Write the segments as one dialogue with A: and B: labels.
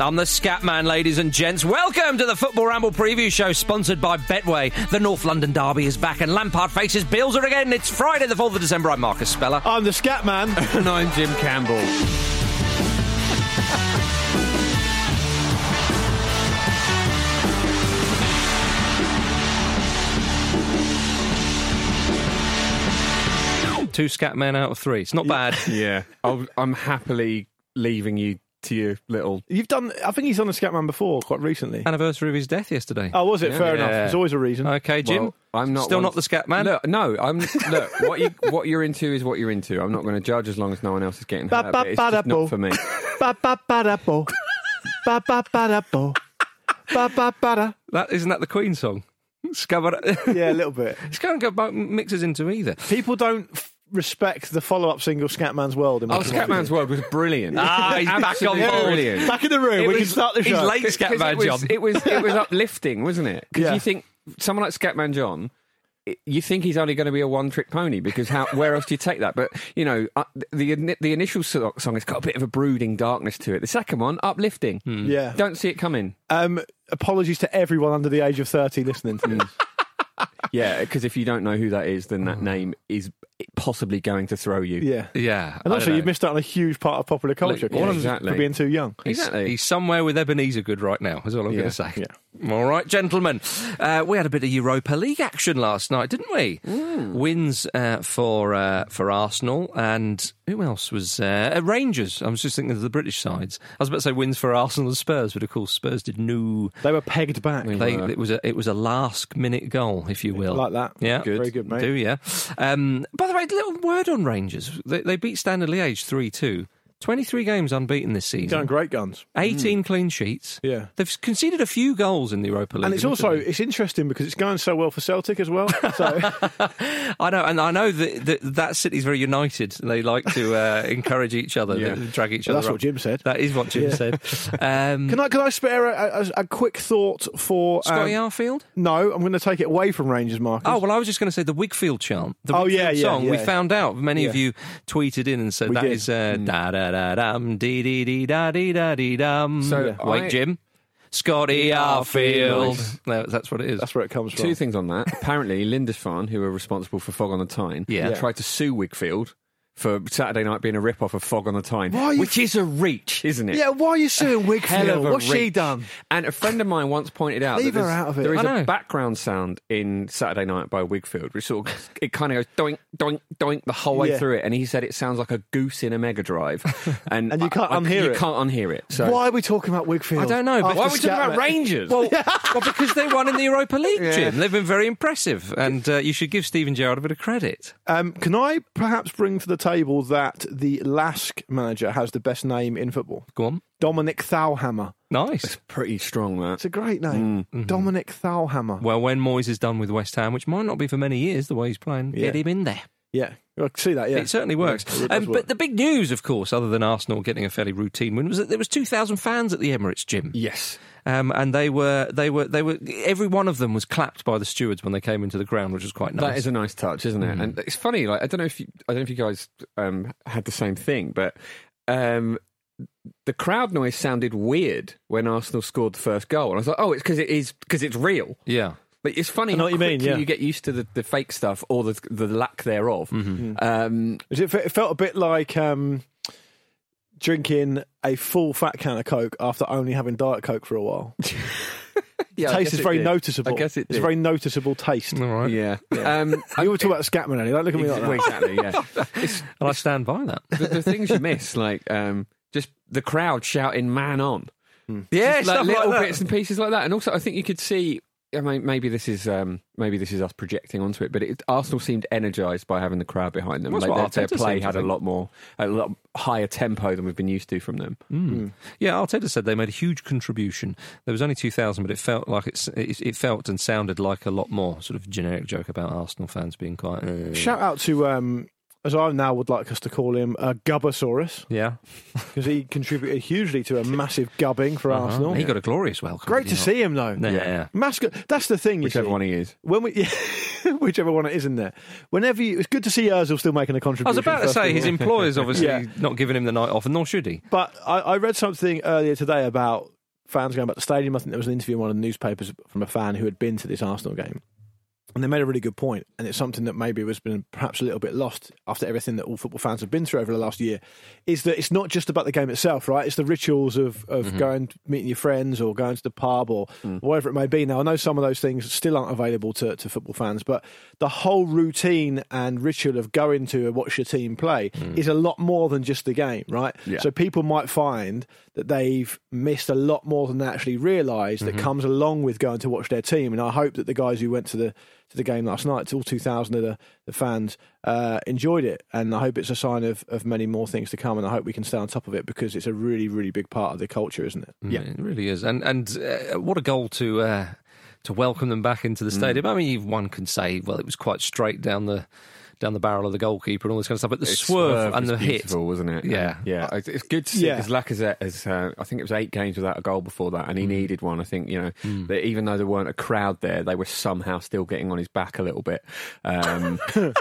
A: I'm the Scatman, ladies and gents. Welcome to the Football Ramble Preview Show, sponsored by Betway. The North London Derby is back, and Lampard faces Bilzer again. It's Friday, the 4th of December. I'm Marcus Speller.
B: I'm the Scatman.
C: and I'm Jim Campbell.
A: Two Scatmen out of three. It's not bad.
C: Yeah, I'll, I'm happily leaving you to your little.
B: You've done. I think he's done the Scatman before, quite recently.
A: Anniversary of his death yesterday.
B: Oh, was it? Fair enough.
A: Yeah. Oh.
B: There's always a reason.
A: Okay, Jim.
C: Well, I'm not
A: Still
C: one-
A: not the Scatman.
C: Look, no, I'm look. What you what you're into is what you're into. I'm not going to judge as long as no one else is getting hurt. But it's just
B: Ba-ba-ba-da-bo.
C: not for me.
B: Ba ba ba da bo. Ba ba ba da bo. Ba ba ba da.
A: That isn't that the Queen song? Scabar.
B: Yeah, a little bit.
A: It's can't go both mixes into either.
B: People don't f- respect the follow-up single Scatman's World. In
C: Oh,
B: my opinion.
C: Scatman's World was brilliant.
A: Ah, he's back on
C: Absolutely
A: board.
C: Brilliant.
B: Back in the room.
C: It
B: we can
C: was-
B: start the
A: he's
B: show.
A: late.
C: Because
A: Scatman
C: it was,
A: John.
C: It was it was uplifting, wasn't it? Because
B: Yeah.
C: you think someone like Scatman John, i- you think he's only going to be a one-trick pony because how where else do you take that? But you know, uh, the the- the initial so- song has got a bit of a brooding darkness to it. The second one, uplifting.
A: Hmm.
B: Yeah.
C: Don't see it coming.
B: Um, apologies to everyone under the age of thirty listening to this.
C: Yeah, because if you don't know who that is, then that name is possibly going to throw you.
B: Yeah.
A: Hmm. Yeah.
B: And
A: I
B: also,
A: don't
B: you've
A: know.
B: missed out on a huge part of popular culture.
C: yeah,
B: Colin,
C: exactly.
B: For being too young.
A: He's-
C: Exactly.
A: He's, somewhere with Ebenezer Good right now, is all I'm going to say. All right, gentlemen. Uh, we had a bit of Europa League action last night, didn't we?
B: Mm.
A: Wins uh, for uh, for Arsenal and who else was uh, uh, Rangers? I was just thinking of the British sides. I was about to say wins for Arsenal and Spurs, but of course Spurs did no.
B: They were pegged back.
A: They, it was a it was a last minute goal, if you will.
B: Like that.
A: Yeah,
B: Good. Very good, mate.
A: Do yeah. Um, by the way, little word on Rangers. They, they beat Standard Liège three two. 23 games unbeaten this season.
B: Going great Mm. guns.
A: 18 clean sheets.
B: Yeah.
A: They've conceded a few goals in the Europa League.
B: And it's also it's interesting because it's going so well for Celtic as well. So
A: I know, and I know that that, that city's very united. They like to uh, encourage each other,
C: Yeah.
A: they drag each
B: Well,
A: other.
B: that's what
A: up.
B: Jim said.
A: That is what Jim
B: Yeah.
A: said. Um,
B: can I can I spare a, a, a quick thought for um,
A: Scotty Arfield?
B: No, I'm going to take it away from Rangers, Marcus.
A: Oh well, I was just going to say the Wigfield chant, the
B: Oh,
A: Wigfield
B: yeah, yeah,
A: song. We
B: yeah.
A: found out many of
B: Yeah.
A: you tweeted in and said
B: We
A: that
B: did. Mm.
A: is uh, da da da dum dee dee dee da dee da dee dum.
C: So
A: wait,
C: I-
A: Jim, Scotty Arfield.
C: Nice.
A: No, that's what it is.
B: that's where it comes from.
C: Two things on that. Apparently, Lindisfarne, who were responsible for Fog on the Tyne,
A: Yeah.
C: tried to sue Wigfield for Saturday night being a rip-off of Fog on the Tyne,
B: Why are you-
C: which is a reach, isn't it?
B: Yeah, why are you suing
C: Hell of
B: Wigfield?
C: a
B: What's she
C: reach.
B: done?
C: And a friend of mine once pointed out
B: Leave
C: that
B: her
C: there's-
B: out of it.
C: there is
A: I know.
C: a background sound in Saturday Night by Wigfield, which sort of it kind of goes doink doink doink the whole way
B: Yeah.
C: through it. And he said it sounds like a goose in a Mega Drive, and,
B: And you
C: I-
B: can't
C: I-
B: unhear
C: you
B: it.
C: can't unhear it. So
B: Why are we talking about Wigfield?
A: I don't know, but
B: After
C: why are we talking about
B: Scatman?
C: Rangers?
A: Well, well, because they won in the Europa League,
C: Yeah.
A: Jim. They've been very impressive, and uh, you should give Stephen Gerrard a bit of credit.
B: Um, can I perhaps bring to the table that the Lask manager has the best name in football?
A: Go on,
B: Dominic Thalhammer.
A: nice.
C: pretty strong that.
B: It's a great name. Dominic Thalhammer.
A: Well, when Moyes is done with West Ham, which might not be for many years, the way he's playing,
B: Yeah.
A: get him in there.
B: yeah, I see that, yeah.
A: It certainly works.
B: Yeah, it does
A: um,
B: work.
A: But the big news, of course, other than Arsenal getting a fairly routine win, was that there was two thousand fans at the Emirates, Jim.
C: Yes.
A: Um, and they were, they were, they were. Every one of them was clapped by the stewards when they came into the ground, which was quite nice.
C: That is a nice touch, isn't
B: Mm.
C: it? And it's funny. Like I don't know if you, I don't know if you guys um, had the same thing, but um, the crowd noise sounded weird when Arsenal scored the first goal, and I was like, "Oh, it's because it is because it's real."
A: yeah.
C: But it's funny
B: know
C: how
B: what you mean,
C: quickly
B: yeah.
C: you get used to the, the fake stuff or the the lack thereof.
B: Mm-hmm.
C: Um,
B: Is It, it felt a bit like um, drinking a full fat can of Coke after only having Diet Coke for a while.
C: yeah, I
B: taste
C: guess
B: is
C: it
B: very
C: did.
B: noticeable.
C: I guess it
B: it's
C: did. Mm.
B: a very noticeable taste.
A: All right.
C: yeah. Um, I-
B: You were talking about Scatman, Annie. Don't look at me like that.
C: exactly. Yeah. It's
A: And I stand by that.
C: the, the things you miss, like um, just the crowd shouting "man on."
A: Yeah,
C: like
A: stuff
C: little
A: like that.
C: bits and pieces like that. And also, I think you could see. I mean, maybe this is um, maybe this is us projecting onto it, but it, Arsenal seemed energised by having the crowd behind them.
A: That's what
C: their, their
A: Arteta
C: play
A: seemed to
C: had a
A: think.
C: lot more, a lot higher tempo than we've been used to from them.
A: Yeah, Arteta said they made a huge contribution. There was only two thousand, but it felt like it's, it, it felt and sounded like a lot more. Sort of generic joke about Arsenal fans being quite. uh,
B: Shout out to um, as I now would like us to call him, a Gubbosaurus,
A: Yeah.
B: because he contributed hugely to a massive gubbing for
C: Uh-huh.
B: Arsenal.
A: Uh-huh. He got a glorious welcome.
B: Great
A: did
B: to
A: he
B: see him though.
A: not? Yeah. yeah.
B: Mascot. That's the thing. You
C: Whichever
B: see.
C: one he is.
B: When we, yeah, whichever one it is in there. Whenever you, it's good to see Özil still making a contribution.
A: I was about to
B: first
A: say
B: of
A: his
B: all.
A: employer's obviously
B: Yeah.
A: not giving him the night off, and nor should he.
B: But I, I read something earlier today about fans going back to the stadium. I think there was an interview in one of the newspapers from a fan who had been to this Arsenal game. And they made a really good point, and it's something that maybe was been perhaps a little bit lost after everything that all football fans have been through over the last year. Is that it's not just about the game itself, right? It's the rituals of of going meeting your friends or going to the pub or whatever it may be. Now I know some of those things still aren't available to, to football fans, but the whole routine and ritual of going to and watch your team play is a lot more than just the game, right?
C: Yeah.
B: So people might find that they've missed a lot more than they actually realize
C: Mm-hmm.
B: that comes along with going to watch their team. And I hope that the guys who went to the to the game last night, to all 2,000 of the, the fans, uh, enjoyed it. And I hope it's a sign of, of many more things to come. And I hope we can stay on top of it because it's a really, really big part of the culture, isn't it?
C: Mm.
A: Yeah, it really is. And and uh, what a goal to uh, to welcome them back into the
B: Mm.
A: stadium. I mean, one can say, well, it was quite straight down the down the barrel of the goalkeeper and all this kind of stuff, but the
C: It
A: swerve
C: swerved
A: and the
C: was
A: hit.
C: beautiful, wasn't it?
A: Yeah.
C: And, yeah. It's, it's good to see
B: Yeah.
C: because Lacazette has. Uh, I think it was eight games without a goal before that, and he needed one. I think you know that even though there weren't a crowd there, they were somehow still getting on his back a little bit. Um, but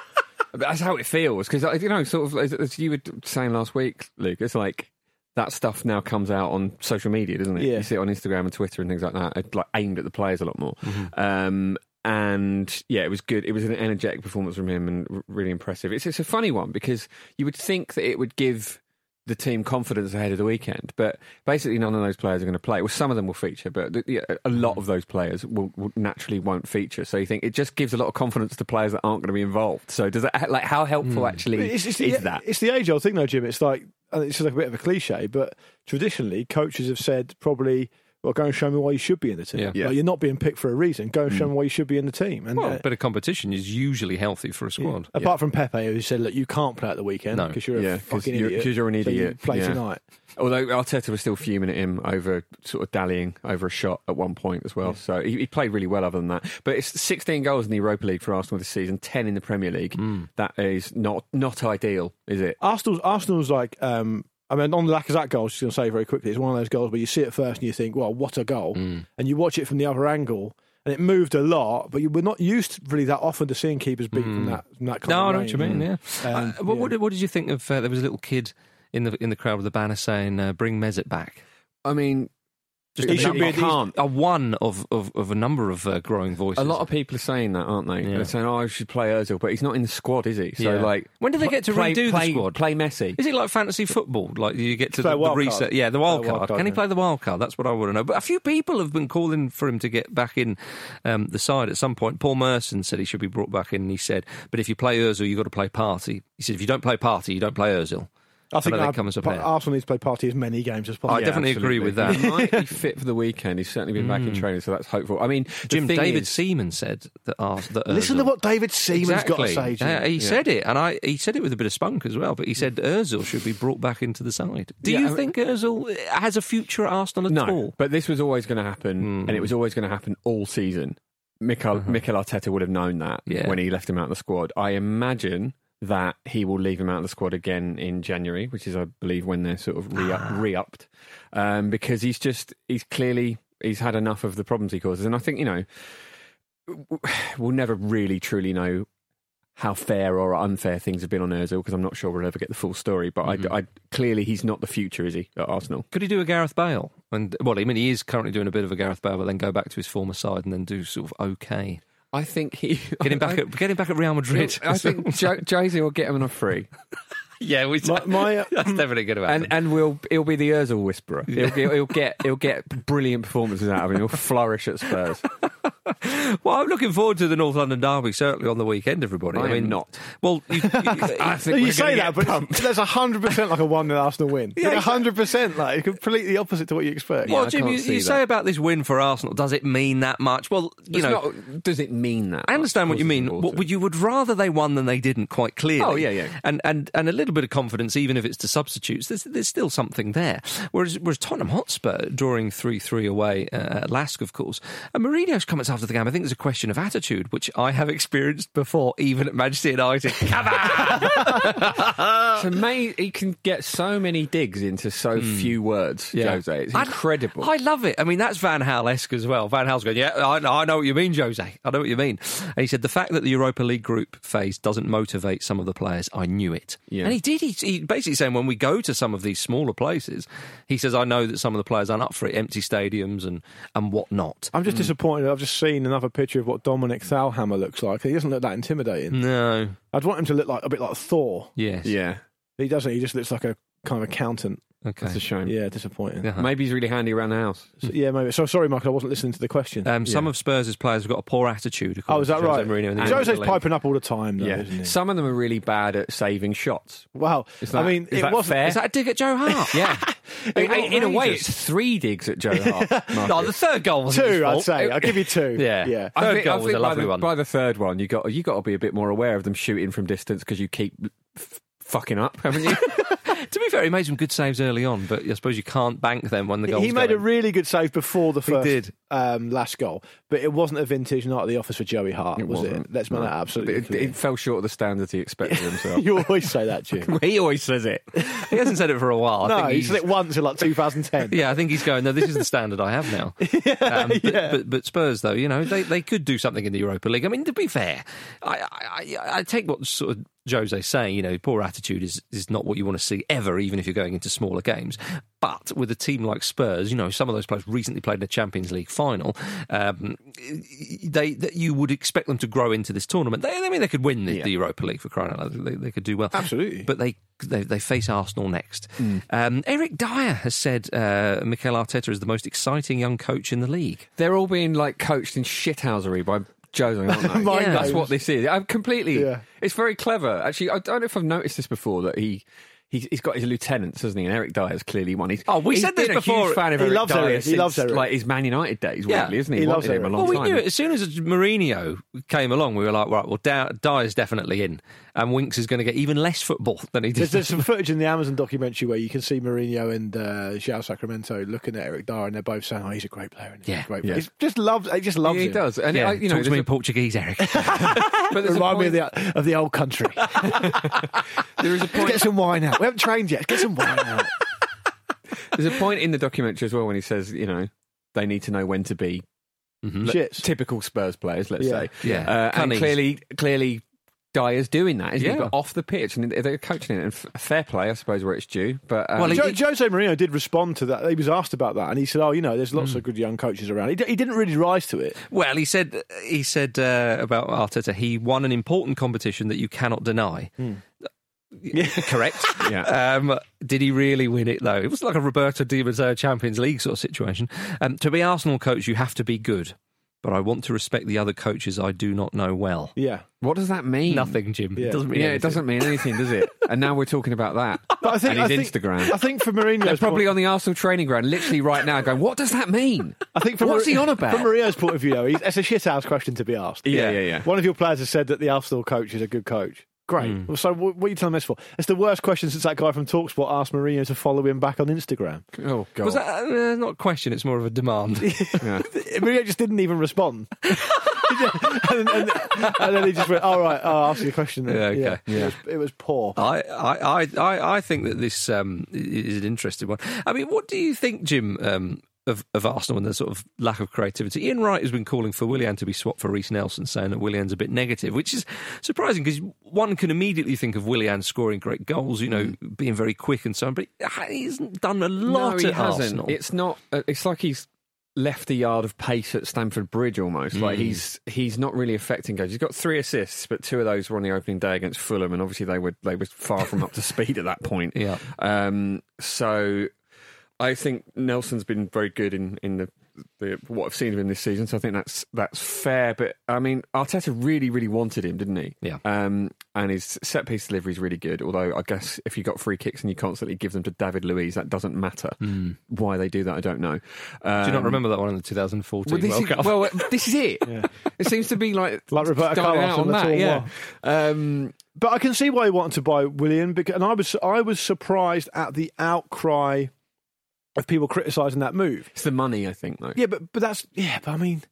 C: that's how it feels because you know, sort of as, as you were saying last week, Luke. It's like. That stuff now comes out on social media, doesn't it?
B: Yeah.
C: You see it on Instagram and Twitter and things like that. It's like aimed at the players a lot more. Um, and yeah, it was good. It was an energetic performance from him and r- really impressive. It's it's a funny one because you would think that it would give the team confidence ahead of the weekend, but basically none of those players are going to play. Well, some of them will feature, but th- yeah, a lot of those players will, will naturally won't feature. So you think it just gives a lot of confidence to players that aren't going to be involved. So does that like how helpful
A: Hmm.
C: actually
B: It's, it's the,
C: is that?
B: It's the age old thing, though, Jim. It's like, and it's like a bit of a cliche, but traditionally, coaches have said probably. Well, go and show me why you should be in the team.
A: Yeah.
C: Yeah. Mm.
B: Like, you're not being picked for a reason. Go and show me why you should be in the team. And
A: Well,
B: uh,
A: a bit of competition is usually healthy for a squad.
B: Apart from Pepe, who said, "Look, you can't play at the weekend
A: No.
B: because you're a
C: Yeah, 'cause
B: fucking
C: you're-
B: idiot.
C: 'cause you're an
B: so you
C: idiot."
B: play
C: Yeah.
B: tonight."
C: Although Arteta was still fuming at him over sort of dallying over a shot at one point as well. So he, he played really well other than that. But it's 16 goals in the Europa League for Arsenal this season, 10 in the Premier League.
A: Hmm.
C: That is not not ideal, is it?
B: Arsenal's Arsenal's like, um, I mean, on the Lacazette goal, just going to say very quickly, it's one of those goals where you see it first and you think, "Well, what a goal!"
A: Mm.
B: And you watch it from the other angle, and it moved a lot, but you were not used really that often to seeing keepers beat from that from that kind
A: Mm. No, I
B: of
A: know what you
B: range.
A: mean. Yeah.
B: Um,
A: Uh, what, what did- what did you think of? Uh, there was a little kid in the in the crowd with the banner saying, uh, "Bring Mesut back."
C: I mean,
A: Just
B: He
A: a-
B: should be-
A: I can't. A one of, of, of a number of uh, growing voices.
C: a lot of people are saying that, aren't they? They're saying, oh, I should play Ozil, but he's not in the squad, is he? So,
A: Yeah.
C: like,
A: When do they
C: pl-
A: get to
C: play,
A: redo the
C: play-
A: squad?
C: Play Messi.
A: Is it like fantasy football? Like you get to
B: Play
A: the, the
B: wild card.
A: reset? Yeah, the wild
B: Play wild
A: card.
B: card,
A: Can he
B: yeah.
A: play the wild card? That's what I want to know. But a few people have been calling for him to get back in um, the side at some point. Paul Merson said he should be brought back in, and he said, "But if you play Özil, you've got to play Party." He said, "If you don't play Party, you don't play Özil."
B: I think
A: know that
B: Ar-
A: comes up
B: Pa-
A: here.
B: Arsenal needs to play party as many games as possible.
A: I definitely agree with that. Mm.
C: He might be fit for the weekend. He's certainly been back in training, so that's hopeful. I mean, the
A: Jim
C: thing
A: David
C: is-
A: Seaman said that. Ars- that
B: Listen to
A: Ozil-
B: what David Seaman's got to say. Jim.
A: Uh, he said it, and I he said it with a bit of spunk as well. But he said Özil should be brought back into the side. Do
C: Yeah, I
A: you
C: mean-
A: think Özil has a future at Arsenal at
C: no,
A: all? Hmm.
C: but this was always going to happen, and it was always going to happen all season. Mikel, Mikel Arteta would have known that
A: Uh-huh. Yeah.
C: when he left him out of the squad. I imagine that he will leave him out of the squad again in January, which is, I believe, when they're sort of re
A: Ah.
C: re-upped, um, because he's just he's clearly he's had enough of the problems he causes, and I think you know we'll never really truly know how fair or unfair things have been on Özil because I'm not sure we'll ever get the full story. But
A: Mm-hmm.
C: I, I clearly he's not the future, is he at Arsenal?
A: Could he do a Gareth Bale? And well, I mean, he is currently doing a bit of a Gareth Bale, but then go back to his former side and then do sort of okay.
C: I think he
A: Get him back at get him back at Real Madrid.
C: I think Jay Z will get him on a free,
A: yeah, we.
B: My- my, uh,
A: that's definitely going to happen.
C: and and we'll he'll be the Özil whisperer. He'll, he'll, he'll get he'll get brilliant performances out of him. He'll flourish at Spurs. uh,
A: well, I'm looking forward to the North London derby certainly on the weekend. Everybody,
C: I am
A: mean,
C: not.
A: Well, you, you-
B: No,
C: we're
B: you
C: gonna
B: say that,
C: get
B: but it's- that's hundred percent like a one nil Arsenal win.
A: Yeah,
B: Like hundred percent, like completely opposite to what you expect.
A: well,
C: I
A: Jim,
C: can't
A: you,
C: see
A: you
C: that.
A: say about this win for Arsenal, does it mean that much? Well, you
C: It's
A: know,
C: not- does it mean that?
A: I understand what you mean.
C: Important.
A: What would you would rather they won than they didn't? Quite clearly.
C: Oh, yeah, yeah.
A: And and and a little bit of confidence, even if it's to substitutes. There's there's still something there. Whereas whereas Tottenham Hotspur drawing three three away uh, at Lask, of course. And Mourinho's comments. Oh, after the game. I think there's a question of attitude, which I have experienced before, even at Manchester United. Come on!
C: So May he can get so many digs into so few words.
A: Hmm. Yeah.
C: Jose, it's
A: I-
C: incredible.
A: I love it. I mean, that's Van Hal esque as well. Van Hal's going, yeah, I, I know what you mean, Jose. I know what you mean. And he said, the fact that the Europa League group phase doesn't motivate some of the players, I knew it.
C: Yeah.
A: And he did. He, he basically saying, when we go to some of these smaller places, he says, I know that some of the players aren't up for it, empty stadiums and, and whatnot.
B: I'm just
C: Hmm.
B: disappointed. I've just seen another picture of what Dominic Thalhammer looks like. He doesn't look that intimidating.
C: Hmm.
A: No.
B: I'd want him to look like a bit like Thor.
A: Yes.
C: yeah,
B: He doesn't. He just looks like a kind of accountant.
A: Okay.
C: it's a shame.
B: Yeah, disappointing. Yeah,
A: Uh-huh.
C: Maybe he's really handy around the house.
B: so, yeah maybe. So sorry, Michael. I wasn't listening to the question.
A: Um, Some of Spurs' players have got a poor attitude.
B: oh, is that right?
A: Mourinho
B: Jose's piping up all the time, though, isn't he?
C: some of them are really bad at saving shots.
B: Wow.
C: Is that-
B: I mean,
C: is
B: it
C: that
B: wasn't.
C: fair?
A: Is that a dig at Joe Hart?
C: Yeah, I mean, in a way,
A: outrageous.
C: it's three digs at Joe Hart.
A: no, the third goal was
B: Two, I'd say. I'll give you two.
A: Yeah.
B: Yeah.
A: Third goal was a
C: by
A: lovely
C: the,
A: one.
C: By the third one, you got you got to be a bit more aware of them shooting from distance because you keep f- fucking up, haven't you?
A: To be fair, he made some good saves early on, but I suppose you can't bank them when the goal.
B: He made a really good save before the first
A: did.
B: Um, last goal, but it wasn't a vintage night at the office for Joey Hart, was it?
C: wasn't.
B: Let's make that absolutely
C: it,
B: clear.
C: it fell short of the standards he expected of himself.
B: you always say that, Jim.
C: he always says it.
A: He hasn't said it for a while. I
B: no,
A: think
B: he
A: he's,
B: said it once in like 2010.
A: yeah, I think he's going. No, this is the standard I have now. Um, but, but, but Spurs, though, you know, they, they could do something in the Europa League. I mean, to be fair, I, I, I- I take what sort of Jose's saying. You know, poor attitude is is not what you want to see ever, even if you're going into smaller games. But with a team like Spurs, you know, some of those players recently played in a Champions League final. Um, they that you would expect them to grow into this tournament. They, I mean, they could win the, the Europa League for crying out loud. They, they could do well,
B: Absolutely.
A: But they they, they face Arsenal next. Um, Eric Dyer has said uh, Mikel Arteta is the most exciting young coach in the league.
C: They're all being like coached in shithousery by Jose, aren't they?
B: Mind
A: Yeah.
C: That's
B: games.
C: what this is. I'm completely.
B: Yeah.
C: It's very clever, actually. I don't know if I've noticed this before that he. He's, he's got his lieutenants, hasn't he? And Eric Dyer's clearly one. He's,
A: Oh, we
C: he's
A: said this
C: been A
A: before.
C: huge fan of
B: He
C: Eric
B: loves
C: Dyer
B: Eric. He
C: since,
B: loves Eric.
C: Like his Man United days,
A: Yeah.
C: weirdly, isn't he?
B: He
C: Wanted
B: loves
C: him a
B: Eric.
C: long
A: Well, we
C: time.
A: knew it as soon as Mourinho came along. We were like, right, well, Dy- Dyer's definitely in, and Winks is going to get even less football than he
B: There's,
A: did.
B: there's some footage in the Amazon documentary where you can see Mourinho and uh, Xiao Sacramento looking at Eric Dyer, and they're both saying, "Oh, he's a great player." And he's
A: Yeah.
B: a great
C: Yeah.
B: player. He's just loves. He just loves.
C: He
B: him.
C: does, and
A: Yeah,
C: I, you
A: talk
C: know,
A: to me in
C: there's a,
A: Portuguese, Eric.
C: but there's a
B: Remind me of
C: point-
B: the of the old country.
C: there is a point.
B: Let's get some wine out. We haven't trained yet. Get some wine out.
C: There's a point in the documentary as well when he says, you know, they need to know when to be
A: Mm-hmm.
B: Shits.
C: typical Spurs players, let's
B: Yeah.
C: say.
A: Yeah.
C: Uh, and
A: Cunning.
C: clearly, clearly, Dyer's doing that, isn't
A: Yeah.
C: he? But off the pitch, and they're coaching it. And f- fair play, I suppose, where it's due. But um,
A: Well, he-
B: Jo- Jose Mourinho did respond to that. He was asked about that, and he said, "Oh, you know, there's lots
C: Hmm.
B: of good young coaches around." He, d- he didn't really rise to it.
A: Well, he said he said uh, about Arteta. He won an important competition that you cannot deny. Correct.
C: Yeah.
A: Um, did he really win it though? It was like a Roberto Di Matteo Champions League sort of situation. Um, to be Arsenal coach, you have to be good. But I want to respect the other coaches I do not know well.
B: Yeah,
C: what does that mean?
A: Nothing, Jim. It
B: Yeah.
A: doesn't mean
C: Mm. Yeah, it
A: anything.
C: doesn't mean anything, does it? And now we're talking about that.
B: but I think
C: And his
B: I think,
C: Instagram.
B: I think for Mourinho,
C: They're probably on the Arsenal training ground, literally right now, going, "What does that mean?"
B: I think from
C: What's
B: Mar-
C: he on about?
B: From Mourinho's point of view, though, he's, it's a shithouse question to be asked.
C: Yeah, yeah, yeah.
B: One of your players has said that the Arsenal coach is a good coach. Great.
C: Hmm.
B: Well, so what, what are you telling us for? It's the worst question since that guy from Talksport asked Mourinho to follow him back on Instagram.
C: oh God!
A: Was that uh, not a question? It's more of a demand.
C: Yeah.
B: Mourinho just didn't even respond. and, and, and then he just went, "All right, I'll ask you a question." Then.
A: Yeah, okay.
B: It, was, it was
C: Oh,
B: poor.
A: I, I, I- I, I think that this um, i- is an interesting one. I mean, what do you think, Jim, um, of, of Arsenal and their sort of lack of creativity? Ian Wright has been calling for Willian to be swapped for Reece Nelson, saying that Willian's a bit negative, which is surprising because one can immediately think of Willian scoring great goals, you know, being very quick and so on, but he hasn't done a lot
C: no, he
A: at
C: hasn't.
A: Arsenal.
C: It's not. uh, It's like he's left a yard of pace at Stamford Bridge almost.
A: Hmm.
C: Like he's he's not really affecting goals. He's got three assists, but two of those were on the opening day against Fulham, and obviously they were they were far from up to speed at that point.
A: Yeah.
C: Um. So I think Nelson's been very good in in the. The, what I've seen of him this season, so I think that's that's fair. But I mean, Arteta really, really wanted him, didn't he?
A: Yeah.
C: Um, and his set piece delivery is really good. Although I guess if you got free kicks and you constantly give them to David Luiz, that doesn't matter. Why they do that, I don't know. Um,
A: Hmm. do you not remember that one in the 2014
C: Well, this
A: World
C: is,
A: Cup?
C: well, uh, this is it. It seems to be like
B: Like Roberto
C: dying
B: Carlos
C: out
B: in
C: on
B: the
C: that.
B: tall
C: Yeah. Um,
B: But I can see why he wanted to buy William, because, and I was I was surprised at the outcry of people criticising that move.
C: it's the money, I think, though.
B: Yeah, but but that's yeah, but I mean,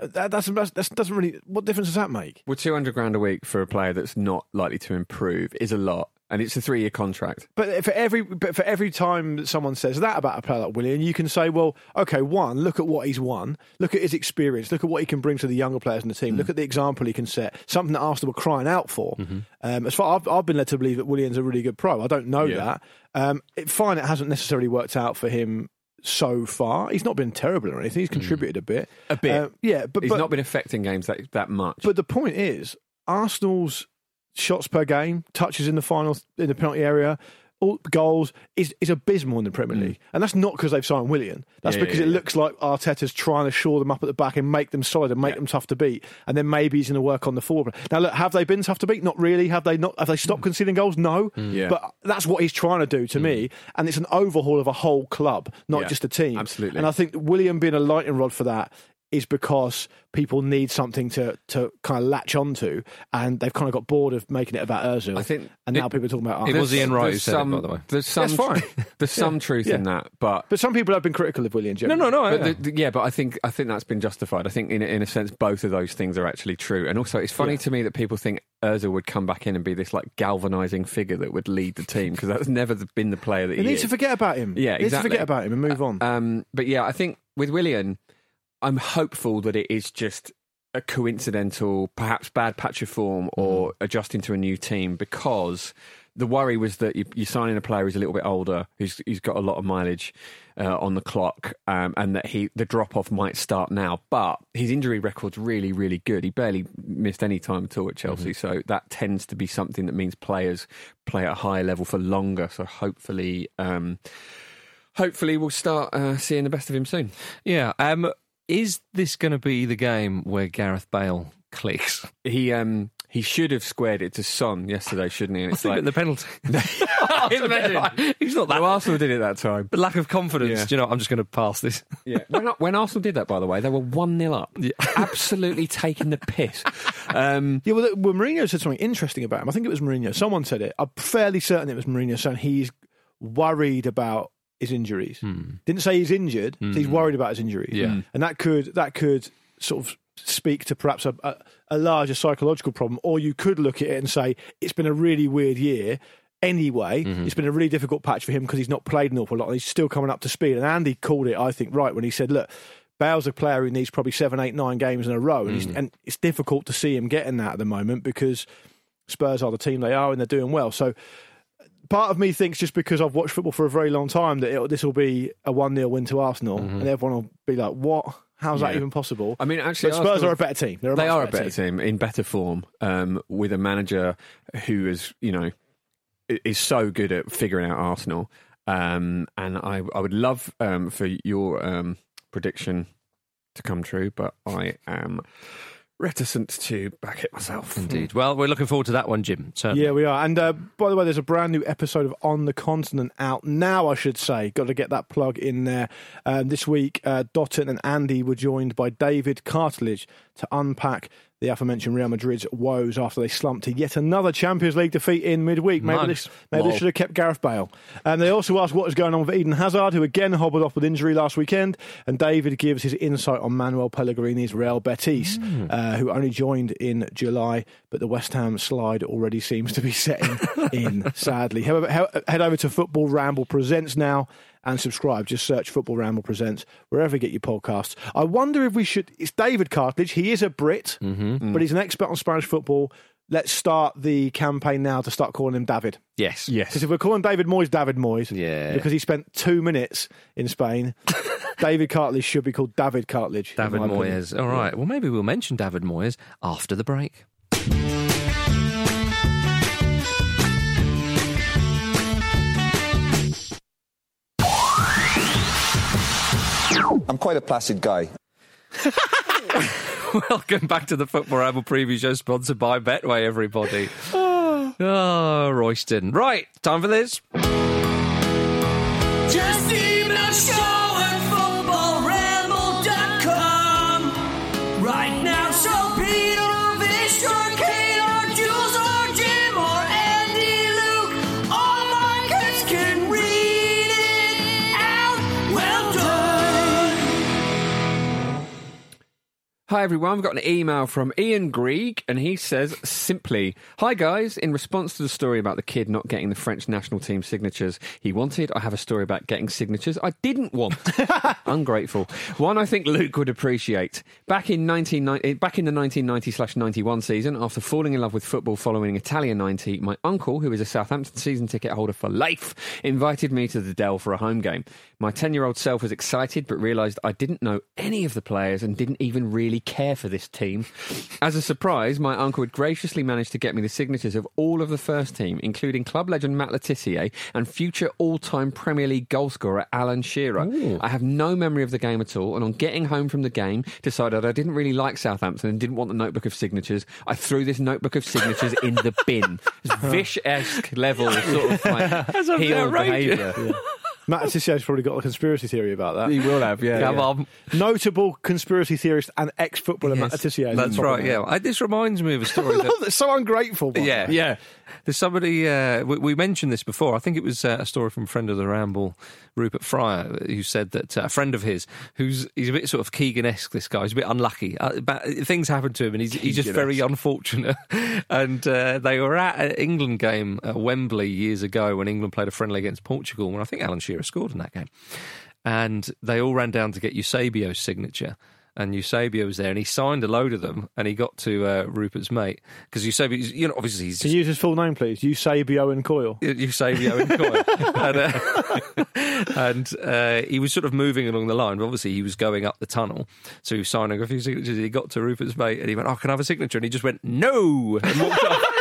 B: That, that's, that's that doesn't really. What difference does that make?
C: Well, 200 grand a week for a player that's not likely to improve is a lot. And it's a three year contract.
B: But for every but for every time that someone says that about a player like Willian, you can say, well, okay, one, look at what he's won, look at his experience, look at what he can bring to the younger players in the
C: Mm.
B: team, look at the example he can set, something that Arsenal were crying out for.
C: Mm-hmm.
B: Um, as far I've, I've been led to believe that Willian's a really good pro. I don't know
C: Yeah.
B: that. Um, it, fine, it hasn't necessarily worked out for him so far. He's not been terrible or anything. He's contributed a bit,
C: Mm. A bit.
B: Um, yeah, but
C: He's
B: but,
C: not been affecting games that, that much.
B: but the point is, Arsenal's shots per game, touches in the final in the penalty area, all goals is, is abysmal in the Premier League, and that's not because they've signed Willian. That's
C: Mm. Yeah, yeah,
B: because it
C: yeah.
B: looks like Arteta's trying to shore them up at the back and make them solid and make them tough to beat, and then maybe he's going to work on the forward. Now, look, have they been tough to beat? Not really. Have they not? Have they
C: Mm.
B: stopped conceding goals? No.
C: Yeah.
B: But that's what he's trying to do to me, and it's an overhaul of a whole club, not
C: Mm. Yeah,
B: just a team.
C: absolutely.
B: And I think William being a lightning rod for that is because people need something to, to kind of latch onto, and they've kind of got bored of making it about Özil.
C: I think
B: and now
C: it-
B: people are talking about
A: It
B: Arsenal.
A: was Ian Wright who
C: There's
A: said it,
C: some,
A: by the way.
C: There's some,
B: That's fine.
C: there's some truth in that, but
B: But some people have been critical of William.
A: No, no,
B: Generally.
A: no. I-
C: But the, the- yeah, but I think I think that's been justified. I think in a- in a sense both of those things are actually true. And also, it's funny to me that people think Özil would come back in and be this like galvanizing figure that would lead the team because that's never the- been the player that
B: They
C: he
B: need
C: is.
B: to forget about him. They
C: Yeah,
B: need to
C: exactly.
B: forget about him and move on.
C: Um, but yeah, I think with Willian, I'm hopeful that it is just a coincidental, perhaps bad patch of form or adjusting to a new team because the worry was that you, you're signing a player who's a little bit older, who's, who's got a lot of mileage uh, on the clock, um, and that he the drop off might start now. But his injury record's really, really good. He barely missed any time at all at Chelsea, so that tends to be something that means players play at a high level for longer. So hopefully. Um, hopefully we'll start uh, seeing the best of him soon.
A: Yeah. Um, is this going to be the game where Gareth Bale clicks?
C: He um he should have squared it to Son yesterday, shouldn't he? And it's like
A: the penalty.
C: Imagine.
A: He's not that.
C: well, Arsenal did it that time.
A: the lack of confidence.
C: Yeah.
A: Do you know, what, I'm just going to pass this.
C: Yeah. When, when Arsenal did that, by the way, they were one 0 up. Absolutely taking the piss. Um,
B: Yeah, well, well, Mourinho said something interesting about him. I think it was Mourinho. Someone said it. I'm fairly certain it was Mourinho saying he's worried about his injuries. Didn't say he's injured. so he's worried about his injuries.
A: Yeah.
B: and that could that could sort of speak to perhaps a, a, a larger psychological problem. Or you could look at it and say it's been a really weird year. Anyway,
C: Mm-hmm.
B: it's been a really difficult patch for him because he's not played an awful lot and he's still coming up to speed. And Andy called it, I think, right when he said, "Look, Bale's a player who needs probably seven, eight, nine games in a row, and,
C: Mm.
B: he's, and it's difficult to see him getting that at the moment because Spurs are the team they are and they're doing well." So part of me thinks just because I've watched football for a very long time that it, this will be a 1 0 win to Arsenal, and everyone will be like, what? How's that
C: Mm-hmm. Yeah.
B: even possible?
C: I mean,
B: but
C: actually,
B: Spurs
C: Arsenal-
B: are a better team. They're a
C: they
B: much
C: are a better team in better form um, with a manager who is you know i- is so good at figuring out Arsenal um, and I I would love um, for your um, prediction to come true but I am reticent to back it myself
A: Indeed. Well, we're looking forward to that one, Jim. Certainly.
B: Yeah, we are. And uh, by the way, there's a brand new episode of On the Continent out now, I should say. Got to get that plug in there. Um, this week, uh, Dotton and Andy were joined by David Cartilage to unpack the aforementioned Real Madrid's woes after they slumped to yet another Champions League defeat in midweek. Maybe,
A: Nice.
B: this, maybe
A: Lol.
B: this should have kept Gareth Bale. And they also asked what is going on with Eden Hazard, who again hobbled off with injury last weekend. And David gives his insight on Manuel Pellegrini's Real Betis, uh, who only joined in July, but the West Ham slide already seems to be setting in, sadly. However, he- head over to Football Ramble Presents now and subscribe. Just search Football Ramble Presents wherever you get your podcasts. I wonder if we should. It's David Cartledge. He is a Brit, but he's an expert on Spanish football. Let's start the campaign now to start calling him David.
A: Yes.
C: yes
B: Because if we're calling David Moyes David Moyes,
A: Yeah.
B: because he spent two minutes in Spain, David Cartledge should be called David Cartledge. in
A: David
B: my opinion.
A: Moyes. All right. Well, maybe we'll mention David Moyes after the break.
D: I'm quite a placid guy.
A: Welcome back to the Football Ramble Preview Show, sponsored by Betway, everybody. oh, Royston. Right. Time for this.
E: Just email show at footballramble.com. Right now, so Pete or Vish or Kate or Jules or Jim or Andy, Luke, all markets can read it out. Well done.
C: Hi everyone, we've got an email from Ian Grieg, and he says simply, "Hi guys, in response to the story about the kid not getting the French national team signatures he wanted, I have a story about getting signatures I didn't want. Ungrateful. One I think Luke would appreciate. Back in 1990, eh, back in the 1990/91 season, after falling in love with football following Italian 90, my uncle, who is a Southampton season ticket holder for life, invited me to the Dell for a home game. My 10-year-old self was excited but realized I didn't know any of the players and didn't even really care for this team. As a surprise, my uncle had graciously managed to get me the signatures of all of the first team, including club legend Matt Letitia and future all-time Premier League goalscorer Alan Shearer. I have no memory of the game at all, and on getting home from the game, decided I didn't really like Southampton and didn't want the notebook of signatures. I threw this notebook of signatures in the bin. It's Vish-esque level of sort of like heel
A: outrageous.
C: behaviour.
B: Matt Sissio's probably got a conspiracy theory about that.
C: He will have, yeah.
A: Come on.
B: Notable conspiracy theorist and ex footballer Matt Sissio.
A: That's right, yeah. I, this reminds me of a
B: I
A: story that
B: love that. So ungrateful. Bob.
A: Yeah,
C: Yeah.
A: There's somebody uh, we, we mentioned this before. I think it was uh, a story from friend of the Ramble, Rupert Fryer, who said that uh, a friend of his, who's he's a bit sort of Keegan-esque. This guy, he's a bit unlucky. Uh, but things happen to him, and he's, he's just very unfortunate. and uh, they were at an England game at Wembley years ago when England played a friendly against Portugal, when I think Alan Shearer scored in that game. And they all ran down to get Eusebio's signature and Eusebio was there, and he signed a load of them, and he got to uh, Rupert's mate because Eusebio, you know, obviously he's E-,
B: Can you use his full name, please? Eusebio and Coyle.
A: Eusebio in coin. and uh, and uh, he was sort of moving along the line, but obviously he was going up the tunnel. So he was signing a few signatures. He got to Rupert's mate and he went, Oh, can I have a signature? And he just went, No! And walked off.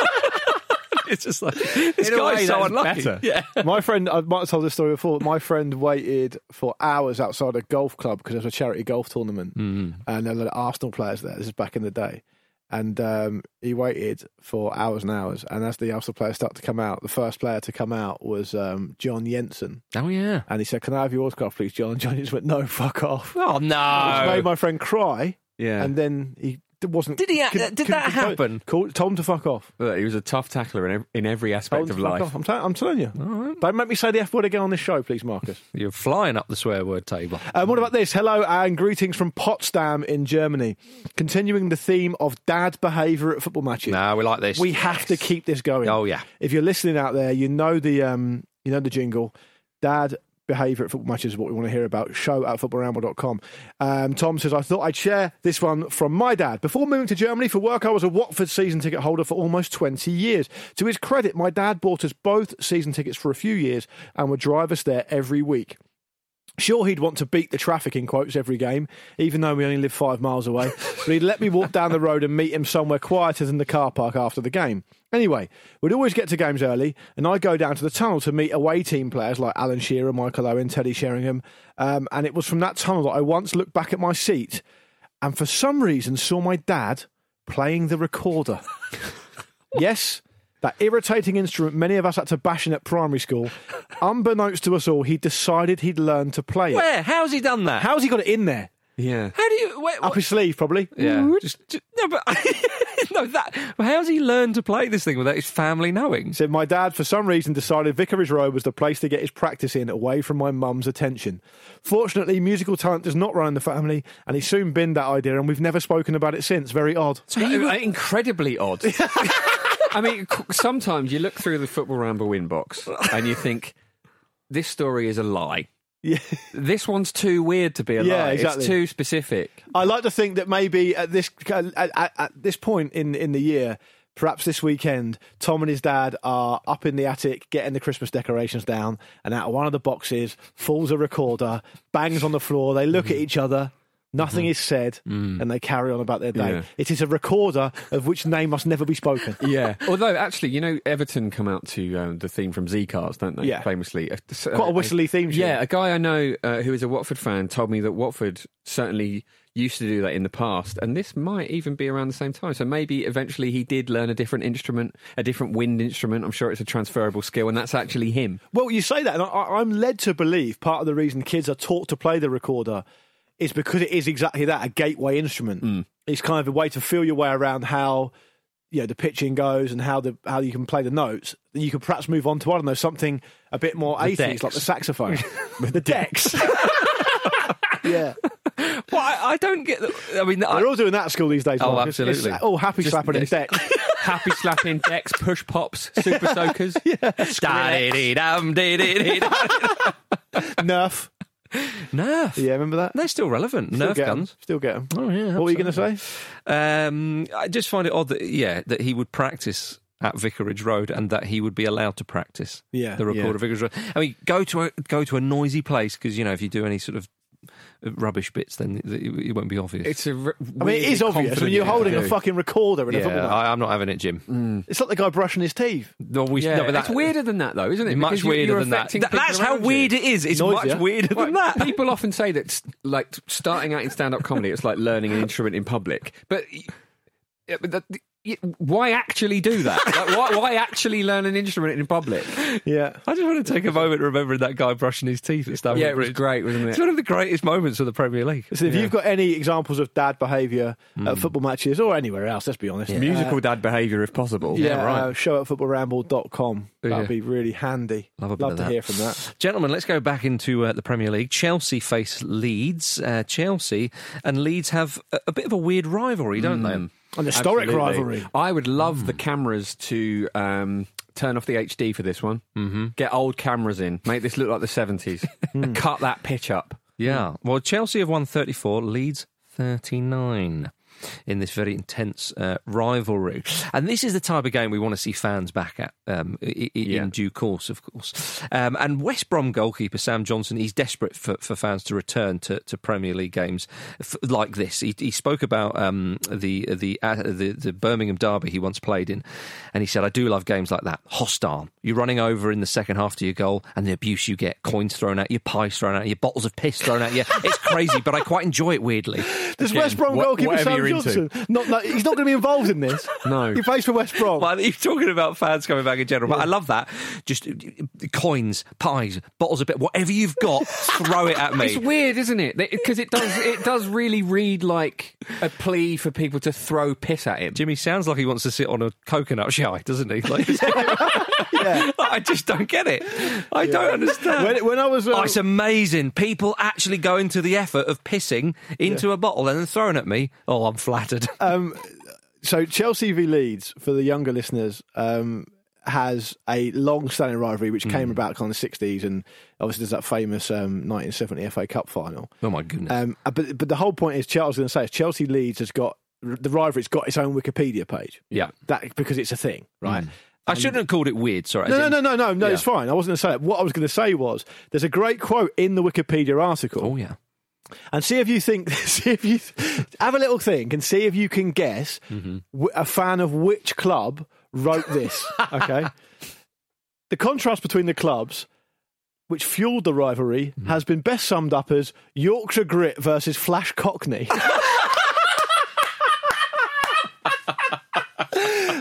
A: it's just like, this
C: In a
A: guy's
C: way,
A: so
C: that's
A: unlucky.
C: better.
A: Yeah.
B: My friend, I might have told this story before. My friend waited for hours outside a golf club because there was a charity golf tournament,
C: Mm-hmm.
B: and there were Arsenal players there. This is back in the day, and um, he waited for hours and hours. And as the Arsenal players started to come out, the first player to come out was um, John Jensen,
A: Oh, yeah.
B: and he said, "Can I have your autograph, please, John?" And John just went, "No, fuck off,"
A: Oh,
B: which made
A: no.
B: my friend cry.
C: Yeah.
B: and then he wasn't.
A: Did he ha- did that happen?
B: Called, told him to fuck off.
C: Look, he was a tough tackler in ev- in every
B: Told
C: aspect
B: him
C: of
B: to fuck
C: life.
B: off. I'm, tell- I'm telling you. Don't make me say the F word again on this show, please, Marcus.
A: You're flying up the swear word table.
B: Um, what about this? Hello and greetings from Potsdam in Germany. Continuing the theme of dad behaviour at football matches.
A: No, we like this.
B: We have to keep this going.
A: Oh, yeah.
B: If you're listening out there, you know the um, you know the jingle. Dad behaviour at football matches is what we want to hear about. Show at footballramble.com. Um, Tom says, I thought I'd share this one from my dad. Before moving to Germany for work, I was a Watford season ticket holder for almost 20 years. To his credit, my dad bought us both season tickets for a few years and would drive us there every week. Sure, he'd want to beat the traffic in quotes every game, even though we only live five miles away, but he'd let me walk down the road and meet him somewhere quieter than the car park after the game. Anyway, we'd always get to games early, and I'd go down to the tunnel to meet away team players like Alan Shearer, Michael Owen, Teddy Sheringham, um, and it was from that tunnel that I once looked back at my seat and for some reason saw my dad playing the recorder. Yes, that irritating instrument many of us had to bash in at primary school. Unbeknownst to us all, he decided he'd learned to play it.
A: Where? How's he done that?
B: How's he got it in there?
C: Yeah.
A: How do you. Where,
B: Up his sleeve, probably.
A: Yeah. Just, ju- no, but no, that. Well, how's he learned to play this thing without his family knowing?
B: Said my dad, for some reason, decided Vicarage Road was the place to get his practice in, away from my mum's attention. Fortunately, musical talent does not run in the family, and he soon binned that idea, and we've never spoken about it since. Very odd.
C: Uh, incredibly odd. I mean, c- sometimes you look through the Football Ramble inbox and you think, this story is a lie.
B: Yeah.
C: This one's too weird to be a
B: Yeah,
C: lie.
B: exactly.
C: It's too specific.
B: I like to think that maybe at this at, at, at this point in in the year, perhaps this weekend, Tom and his dad are up in the attic getting the Christmas decorations down, and out of one of the boxes falls a recorder, bangs on the floor. They look at
C: Mm-hmm.
B: each other. Nothing is said, and they carry on about their day.
C: Mm. Yeah.
B: It is a recorder of which name must never be spoken.
C: Yeah. Although, actually, you know, Everton come out to um, the theme from Z Cars, don't they?
B: Yeah.
C: Famously. A-
B: Quite a whistly theme tune.
C: Yeah. A guy I know uh, who is a Watford fan told me that Watford certainly used to do that in the past. And this might even be around the same time. So maybe eventually he did learn a different instrument, a different wind instrument. I'm sure it's a transferable skill. And that's actually him.
B: Well, you say that, and I, I- I'm led to believe part of the reason kids are taught to play the recorder is because it is exactly that—a gateway instrument. It's kind of a way to feel your way around how you know the pitching goes and how the how you can play the notes. That you could perhaps move on to I don't know something a bit more eighties, like
C: decks.
B: the saxophone, the decks. yeah,
A: What I, I don't get. The, I mean, I,
B: They're all doing that at school these days.
A: Oh,
B: Mark. It's- it's
A: absolutely.
B: all happy slapping in
C: this-
B: deck.
C: Happy slapping decks, push pops, super soakers.
A: Da-dee-dee-dum, dee-dee-dee-dum.
B: Nerf.
A: Nerf.
B: Yeah, remember that?
A: They're still relevant.
B: Still
A: Nerf
B: get 'em.
A: guns.
B: Still get them.
A: Oh yeah.
B: what were you going to say?
A: Um, I just find it odd that yeah that he would practice at Vicarage Road and that he would be allowed to practice
B: Yeah,
A: the record
B: yeah.
A: at Vicarage Road. I mean, go to a go to a noisy place because you know if you do any sort of uh, rubbish bits, then it, it won't be obvious.
C: It's a. re-
B: I mean,
C: weirdly
B: it is obvious
C: confident
B: when you're
C: thing to
B: holding a
C: do.
B: fucking recorder in a
A: yeah,
B: football
A: I, I'm not having it, Jim.
B: match. It's like the guy brushing his teeth.
A: No, we,
C: Yeah,
A: no, but
C: that's
A: that-
C: weirder than that, though, isn't it?
A: Much
C: Because you-
A: weirder
C: you're
A: than that.
C: affecting
A: Th-
C: people
A: That's how
C: around
A: weird
C: you.
A: it is. It's
B: Noisier.
A: much weirder than
C: Right,
A: that.
C: People often say that, s- like, t- starting out in stand-up comedy, it's like learning an instrument in public. But, y- yeah, but that, y- why actually do that? Like, why, why actually learn an instrument in public?
B: Yeah.
A: I just want to take a moment remembering that guy brushing his teeth at Stamford
C: yeah, it was
A: Bridge.
C: great, wasn't
A: It's
C: it?
A: one of the greatest moments of the Premier League.
B: So if you've got any examples of dad behaviour at football matches or anywhere else, let's be honest.
C: Musical dad behaviour, if possible.
B: Yeah, uh, show at footballramble.com. That'd
A: Yeah.
B: be really handy.
A: Love a bit of
B: to
A: that.
B: hear from that.
A: Gentlemen, let's go back into uh, the Premier League. Chelsea face Leeds. Uh, Chelsea and Leeds have a, a bit of a weird rivalry, don't
B: An historic
C: Absolutely. Hmm.
B: rivalry.
C: I would love the cameras to um, turn off the HD for this one. Mm-hmm. Get old cameras in, make this look like the 70s.
B: Hmm.
C: Cut that pitch up.
A: they? Yeah. Well, Chelsea have won 34, Leeds 39 in this very intense uh, rivalry. And this is the type of game we want to see fans back at um, i- i-
C: Yeah.
A: in due course, of course. Um, and West Brom goalkeeper Sam Johnson, he's desperate for, for fans to return to, to Premier League games f- like this. He, he spoke about um, the, the, uh, the the Birmingham derby he once played in, and he said, "I do love games like that. Hostile. You're running over in the second half to your goal, and the abuse you get, coins thrown at you, pies thrown at you, bottles of piss thrown at you. It's crazy, but I quite enjoy it weirdly."
B: Does West Brom
C: wha-
B: goalkeeper
C: whatever
B: Sam
C: you're
B: Johnson?
C: into.
B: Not, no, he's not going to be involved in this.
C: No.
B: He plays for West Brom.
A: Well, you're talking about fans coming back in general, but I love that. Just uh, coins, pies, bottles of bit, whatever you've got, throw it at me.
C: It's weird, isn't it? Because it does it does really read like a plea for people to throw piss at him.
A: Jimmy sounds like he wants to sit on a coconut shy, doesn't he? Like, I just don't get it. I don't understand.
B: When- when I was, uh,
A: oh, it's amazing. People actually go into the effort of pissing into a bottle and then throwing at me. Oh, I'm flattered.
C: Uh,
B: so Chelsea v Leeds for the younger listeners um, has a long-standing rivalry which came about kind of sixties, and obviously there's that famous um, 1970 FA Cup final.
A: oh my goodness.
B: Um, uh, but but the whole point is, Charles going to say is Chelsea Leeds has got the rivalry's got its own Wikipedia page.
A: Yeah. Mm.
B: that because it's a thing, right?
C: um,
A: I shouldn't have called it weird. Sorry.
B: No, no, no, no, no, no. It's fine. I wasn't going to say that. What I was going to say was there's a great quote in the Wikipedia article,
A: Oh yeah.
B: and see if you think, see if you have a little think, and see if you can guess
C: Mm-hmm.
B: wh- a fan of which club wrote this. Okay, the contrast between the clubs. Which fueled the rivalry
C: Mm-hmm.
B: has been best summed up as Yorkshire grit versus Flash Cockney.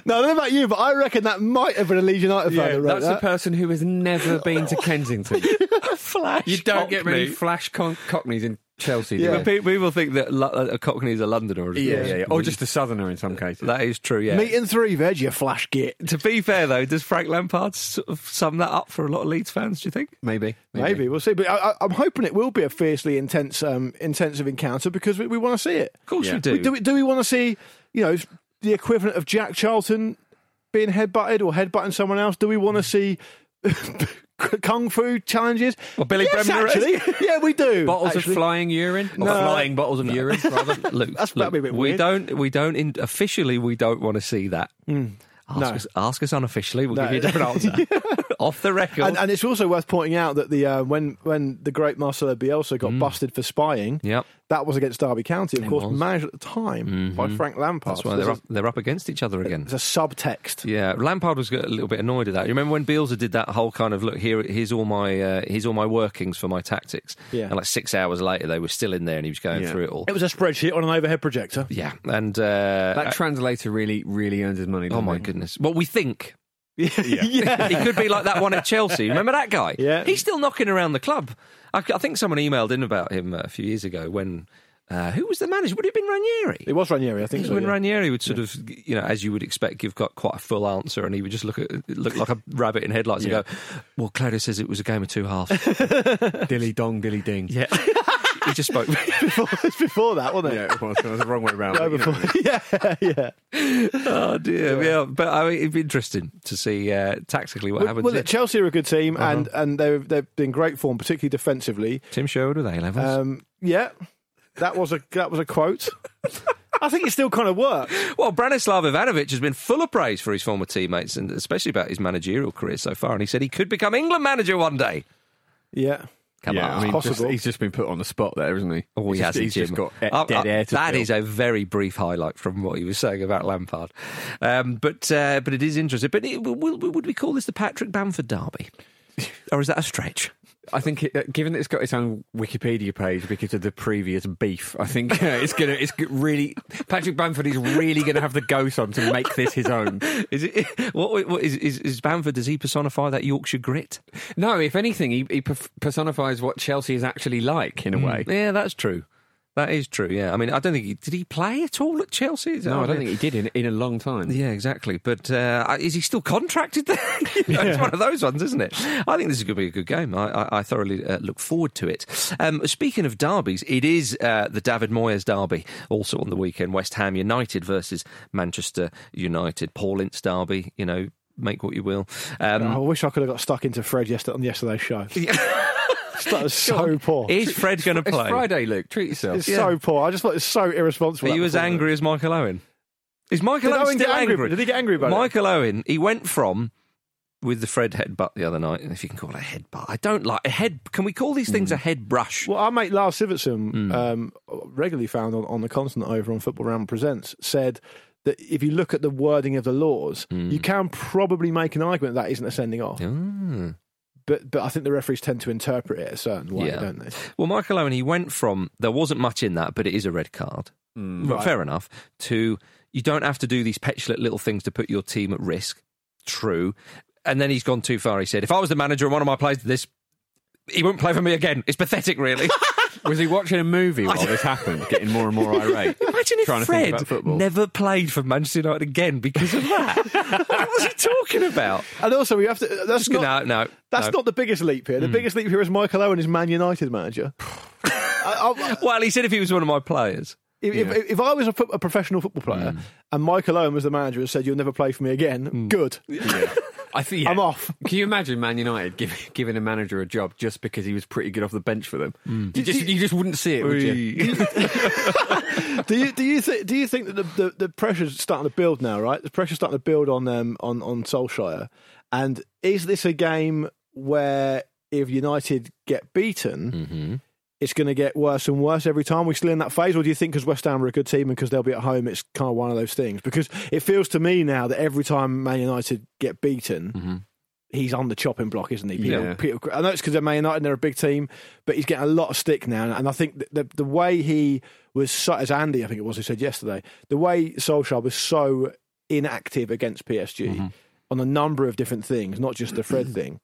B: now, I don't know about you, but I reckon that might have been a Leeds United fan that wrote
C: That's
B: that.
C: the person who has never been to Kensington.
A: Flash.
C: You don't get many
A: Cockney.
C: flash con- cockneys in Chelsea. do
B: Yeah.
C: you?
A: But pe- People think that Lo- uh, a Cockney is a Londoner. or-
C: yeah, yeah, yeah. Or just a southerner in some cases.
A: That is true. Yeah.
B: Meat and three veg, you flash git.
A: to be fair, though, does Frank Lampard sort of sum that up for a lot of Leeds fans? Do you think?
C: Maybe.
B: Maybe. we'll see. But I, I, I'm hoping it will be a fiercely intense, um, intensive encounter because we, we want to see it.
A: Of course
C: Yeah.
A: you
B: We- Do we, do we want to see, you know, the equivalent of Jack Charlton being headbutted or headbutting someone else? Do we want
A: Hmm.
B: to see kung fu challenges?
A: Or Billy
B: yes,
A: Bremner-
B: actually. yeah, we do.
C: Bottles
B: actually.
C: of flying urine? Or
B: No.
C: flying bottles of urine, rather.
A: Luke,
B: That's probably a bit
A: we
B: weird.
A: don't, we don't in, officially, we don't want to see that. Ask,
B: Hmm. No.
A: us, ask us unofficially. We'll give you a different answer. Off the record.
B: And, and it's also worth pointing out that the uh, when when the great Marcelo Bielsa got busted for spying,
A: Hmm. Yep.
B: that was against Derby County, of course,
A: was. Mm-hmm.
B: managed at the time by Frank Lampard.
A: That's why
B: So
A: they're
B: there's
A: up, they're up against each other again.
B: a, there's a subtext.
A: Yeah, Lampard was a little bit annoyed at that. You remember when Bielsa did that whole kind of look here, here's all my uh, here's all my workings for my tactics.
B: Yeah.
A: And like six hours later, they were still in there, and he was going through it all.
B: It was a spreadsheet on an overhead projector.
A: Yeah, and uh,
C: That translator really, really earns his money.
A: oh
C: doesn't
A: my
C: he?
A: goodness, well we think
B: yeah.
A: he could be like that one at Chelsea. Remember that guy?
B: Yeah.
A: He's still knocking around the club. I, I think someone emailed in about him uh, a few years ago when. Uh, who was the manager? Would it have been Ranieri?
B: It was Ranieri, I think. So,
A: when
B: yeah.
A: Ranieri would sort of, you know, as you would expect, give got quite a full answer, and he would just look at look like a rabbit in headlights and go, "Well, Claudio says it was a game of two halves."
C: Dilly dong, dilly ding.
A: yeah, we just spoke.
B: it's before that, wasn't
C: Yeah,
B: it?
C: it was. It was the wrong way round.
B: No,
C: but you know
B: before.
C: what I mean.
B: yeah, yeah.
A: oh dear. Yeah, but I mean, it'd be interesting to see uh, tactically what
B: Well,
A: happens.
B: well,
A: here.
B: look, Chelsea are a good team, and and they've they've been great form, particularly defensively.
A: Tim Sherwood with A levels.
B: Um, yeah, that was a that was a quote. I think it still kind of works.
A: Well, Branislav Ivanovic has been full of praise for his former teammates, and especially about his managerial career so far. And he said he could become England manager one day.
B: Yeah,
A: Come
C: yeah,
A: on.
C: I mean,
B: Possible.
C: just- he's just been put on the spot there, isn't he?
A: Oh, he
C: he's just,
A: hasn't,
C: he's
A: Jim.
C: just got e-
A: Uh,
C: dead
A: uh,
C: air to
A: that
C: fill.
A: is a very brief highlight from what he was saying about Lampard, um, but uh, but it is interesting. But it, would, would we call this the Patrick Bamford derby, or is that a stretch?
C: I think, it, uh, given that it's got its own Wikipedia page because of the previous beef, I think uh, it's gonna, it's g- really Patrick Bamford is really gonna have the go on to make this his own.
A: Is it what, what is, is is Bamford? Does he personify that Yorkshire grit?
C: No, if anything, he, he perf- personifies what Chelsea is actually like
B: Mm.
C: in a way.
A: Yeah, that's true. That is true. Yeah, I mean, I don't think he did he play at all at Chelsea. Is that-
C: No, I don't think he did in in a long time.
A: Yeah, exactly. But uh, is he still contracted there? You know, It's one of those ones, isn't it? I think this is going to be a good game. I, I, I thoroughly uh, look forward to it. Um, speaking of derbies, it is uh, the David Moyes derby also on the weekend. West Ham United versus Manchester United. Paul Ince derby, you know, make what you will. Um,
B: Oh, I wish I could have got stuck into Fred yesterday on yesterday's show. that was so poor. It's
A: Is Fred going to
C: It's
A: play?
C: Friday, Luke. Treat yourself.
B: so poor. I just thought it's so
A: Are
B: irresponsible.
A: you
B: that
A: as
B: performance.
A: angry as Michael Owen? Is Michael
B: Did
A: Owen
B: Owen
A: still
B: get angry? Did he get angry about it?
A: Michael Owen, he went from with the Fred headbutt the other night, and if you can call it a headbutt, I don't like a head. Can we call these things a head brush?
B: Hmm. Well, our mate Lars Sivertson,
A: Hmm.
B: um, regularly found on, on the continent over on Football Round Presents, said that if you look at the wording of the laws,
A: Hmm.
B: you can probably make an argument that isn't a sending off.
A: Mm.
B: But but I think the referees tend to interpret it a certain way,
A: Yeah.
B: don't they?
A: Well, Michael Owen, he went from there wasn't much in that, but it is a red card.
B: Hmm.
A: But Fair enough. To you don't have to do these petulant little things to put your team at risk. True. And then he's gone too far. He said, if I was the manager and one of my players did this, he wouldn't play for me again. It's pathetic, really.
C: Was he watching a movie while this happened, getting more and more irate?
A: Imagine if
C: trying to think about
A: Fred
C: football.
A: never played for Manchester United again because of that. what was he talking about?
B: And also, we have to. That's not
A: no, no.
B: that's
A: no. Hmm.
B: not the biggest leap here. The biggest leap here is Michael Owen is Man United manager. I, I,
A: Well, he said if he was one of my players.
B: if, if, if I was a, fo- a professional football
A: Hmm.
B: player and Michael Owen was the manager and said you'll never play for me again, good,
C: I think
B: I'm off.
C: Can you imagine Man United giving, giving a manager a job just because he was pretty good off the bench for them?
B: Mm.
C: You just you just wouldn't see it, would you?
B: do you do you think do you think that the, the, the pressure's starting to build now? Right, the pressure's starting to build on um, on on Solskjaer. And is this a game where if United get beaten, it's going to get worse and worse every time? We're still in that phase, or do you think because West Ham are a good team and because they'll be at home, it's kind of one of those things? Because it feels to me now that every time Man United get beaten. He's on the chopping block, isn't he? Peter,
C: Yeah.
B: Peter, I know it's because they're Man United and they're a big team, but he's getting a lot of stick now. And I think the, the, the way he was, so, as Andy, I think it was, who said yesterday, the way Solskjaer was so inactive against PSG on a number of different things, not just the Fred thing,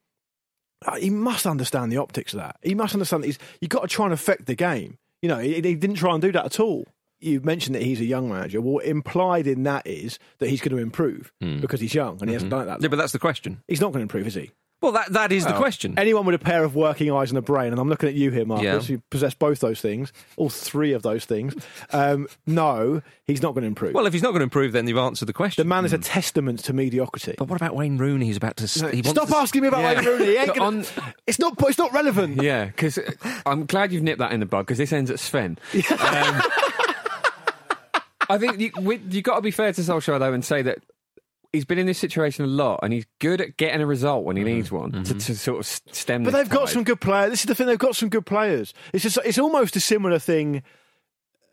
B: uh, he must understand the optics of that. He must understand that he's, you've got to try and affect the game. You know, he, he didn't try and do that at all. You mentioned that he's a young manager. Well, implied in that is that he's going to improve because he's young and he hasn't done it that
A: Hmm.
B: long.
A: Mm-hmm. Yeah, but that's the question.
B: He's not going to improve, is he?
A: Well, that that is the question.
B: Anyone with a pair of working eyes and a brain, and I'm looking at you here, Marcus,
A: Yeah.
B: you possess both those things, all three of those things. Um, no, he's not going to improve.
A: Well, if he's not going to improve, then you've answered the
B: the
A: question.
B: man is a testament to mediocrity.
A: but what about Wayne Rooney? Who's about to s- he wants
B: Stop
A: to-
B: asking me about
C: Yeah.
B: Wayne Rooney. He ain't
C: But
B: gonna-
C: on-
B: it's not. It's not relevant.
C: Yeah, because I'm glad you've nipped that in the bud because this ends at Sven. Um, I think you, with, you got to be fair to Solskjaer though and say that he's been in this situation a lot and he's good at getting a result when he needs one to, to sort of s- stem.
B: But
C: this
B: they've got
C: tide.
B: some good players. This is the thing. They've got some good players. It's just, it's almost a similar thing.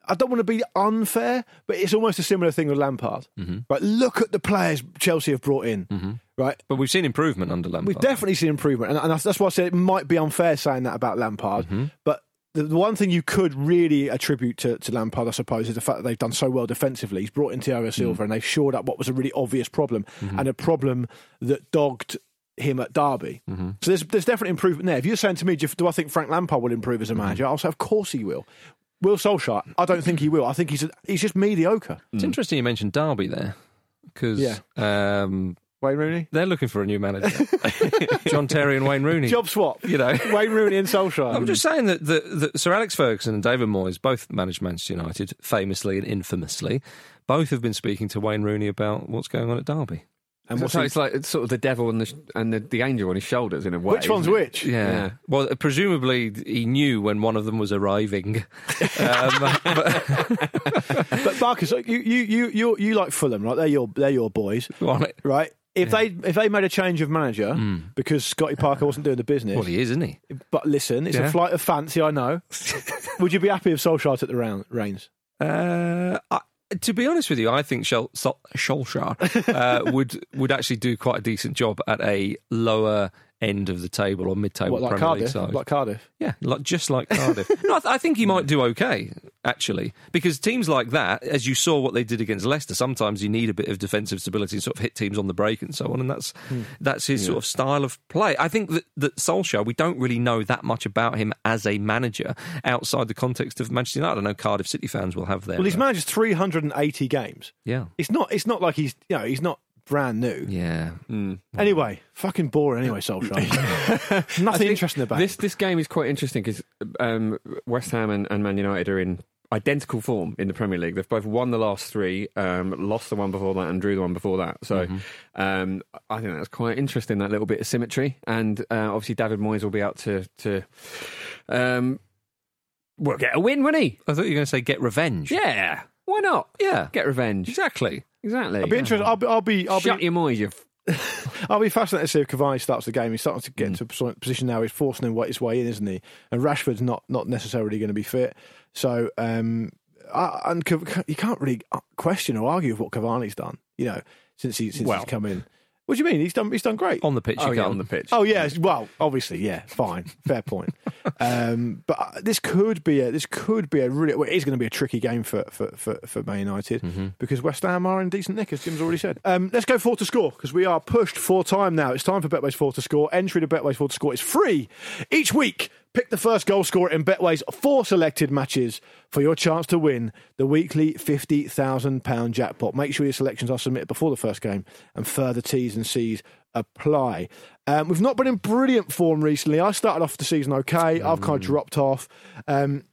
B: I don't want to be unfair, but it's almost a similar thing with Lampard. Right? Look at the players Chelsea have brought in. Right?
A: But we've seen improvement under Lampard.
B: We've definitely seen improvement, and, and that's, that's why I said it might be unfair saying that about Lampard.
A: Mm-hmm.
B: But the, the one thing you could really attribute to, to Lampard, I suppose, is the fact that they've done so well defensively. He's brought in Thiago
A: Mm-hmm.
B: Silva, and they've shored up what was a really obvious problem and a problem that dogged him at Derby.
A: Mm-hmm.
B: So there's there's definitely improvement there. If you're saying to me, do, you- do I think Frank Lampard will improve as a manager?
A: Mm-hmm.
B: I'll say, of course he will. Will Solskjaer? I don't think he will. I think he's a, he's just mediocre.
A: It's interesting you mentioned Derby there because
B: Yeah.
A: um,
B: Wayne Rooney?
A: They're looking for a new manager. John Terry and Wayne Rooney.
B: Job swap.
A: you know.
B: Wayne Rooney and Solskjaer.
A: I'm just saying that, that, that Sir Alex Ferguson and David Moyes both managed Manchester United famously and infamously. Both have been speaking to Wayne Rooney about what's going on at Derby.
B: and what's
C: so
B: he-
C: it's like it's sort of the devil and the sh- and the, the angel on his shoulders in a way.
B: which one's
C: isn't it?
B: which?
A: Yeah.
C: Yeah.
A: Well, presumably he knew when one of them was arriving. um, but,
B: But Marcus, like, you, you, you, you, you like Fulham, right? They're your, they're your boys,
A: Well, it-
B: right? If they if they made a change of manager because Scotty Parker wasn't doing the business,
A: Hmm. well, he is, isn't he?
B: but listen, it's
A: Yeah.
B: a flight of fancy, I know. Would you be happy if Solskjaer took the round, reins?
A: Uh, I, to be honest with you, I think Shol, Sol, Solskjaer uh, would would actually do quite a decent job at a lower end of the table or mid-table
B: What, like
A: Premier League
B: Cardiff?
A: side.
B: Like Cardiff?
A: Yeah, like, just like Cardiff. no, I, th- I think he might do okay, actually, because teams like that, as you saw what they did against Leicester, sometimes you need a bit of defensive stability and sort of hit teams on the break and so on, and that's
C: Hmm.
A: that's his sort of style of play. I think that, that Solskjaer, we don't really know that much about him as a manager outside the context of Manchester United. I know Cardiff City fans will have their. uh,
B: Well, he's managed 380 games.
A: yeah.
B: It's not. It's not like he's. You know, he's not brand new.
A: Yeah.
B: Anyway, fucking boring. Anyway, Solskjaer. Nothing interesting about
C: This
B: this.
C: this game is quite interesting because um, West Ham and, and Man United are in identical form in the Premier League. They've both won the last three, um, lost the one before that, and drew the one before that. So
B: Mm-hmm.
C: um, I think that's quite interesting. That little bit of symmetry, and uh, obviously David Moyes will be out to to um, well get a win, won't he?
A: I thought you were going to say get revenge.
C: Yeah, why not?
A: Yeah.
C: Get revenge.
A: Exactly.
C: Exactly.
B: I'll be interested. I'll be. I'll be. I'll
C: Shut
B: be,
C: your Moyes. You f-
B: I'll be fascinated to see if Cavani starts the game. He's starting to
A: Mm.
B: get into a posi- position now. He's forcing him wa- his way in, isn't he? And Rashford's not not necessarily going to be fit. So, um, I, and Cav- you can't really question or argue with what Cavani's done. You know, since he since
C: Well.
B: he's come in. What do you mean? He's done. He's done great.
A: On the pitch,
C: oh,
A: you
C: yeah,
A: can't.
C: on the pitch.
B: Oh yeah, well, obviously, yeah, fine, fair point. Um, but uh, this could be a this could be a really well, it is going to be a tricky game for for for, for Man United because West Ham are in decent nick, as Jim's already said. Um, let's go four to score because we are pushed for time now. It's time for Betway's four to score. Entry to Betway's four to score is free each week. Pick the first goal scorer in Betway's four selected matches for your chance to win the weekly £50,000 jackpot. Make sure your selections are submitted before the first game and further T's and C's apply. Um, we've not been in brilliant form recently. I started off the season okay. I've kind of
A: Mm.
B: dropped off. Um,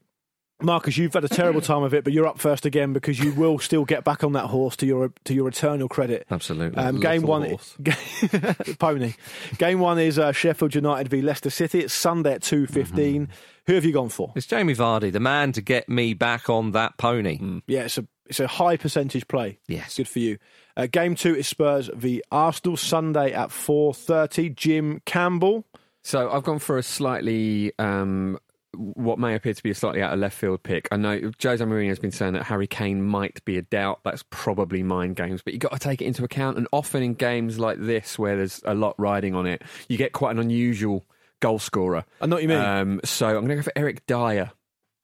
B: Marcus, you've had a terrible time of it, but you're up first again because you will still get back on that horse to your to your eternal credit.
A: Absolutely.
B: Um, game
A: Little
B: one,
A: horse.
B: pony. Game one is uh, Sheffield United v Leicester City. It's Sunday at two
A: Mm-hmm.
B: Who have you gone for?
A: It's Jamie Vardy, the man to get me back on that pony.
C: Hmm.
B: Yeah, it's a it's a high percentage play.
A: Yes.
B: good for you. Uh, game two is Spurs v Arsenal Sunday at four thirty. Jim Campbell.
C: So I've gone for a slightly um, what may appear to be a slightly out of left field pick. I know Jose Mourinho has been saying that Harry Kane might be a doubt. That's probably mind games, but you have got to take it into account. And often in games like this, where there's a lot riding on it, you get quite an unusual goal scorer.
B: I know what Uh, you mean.
C: Um, so I'm going to go for Eric Dyer,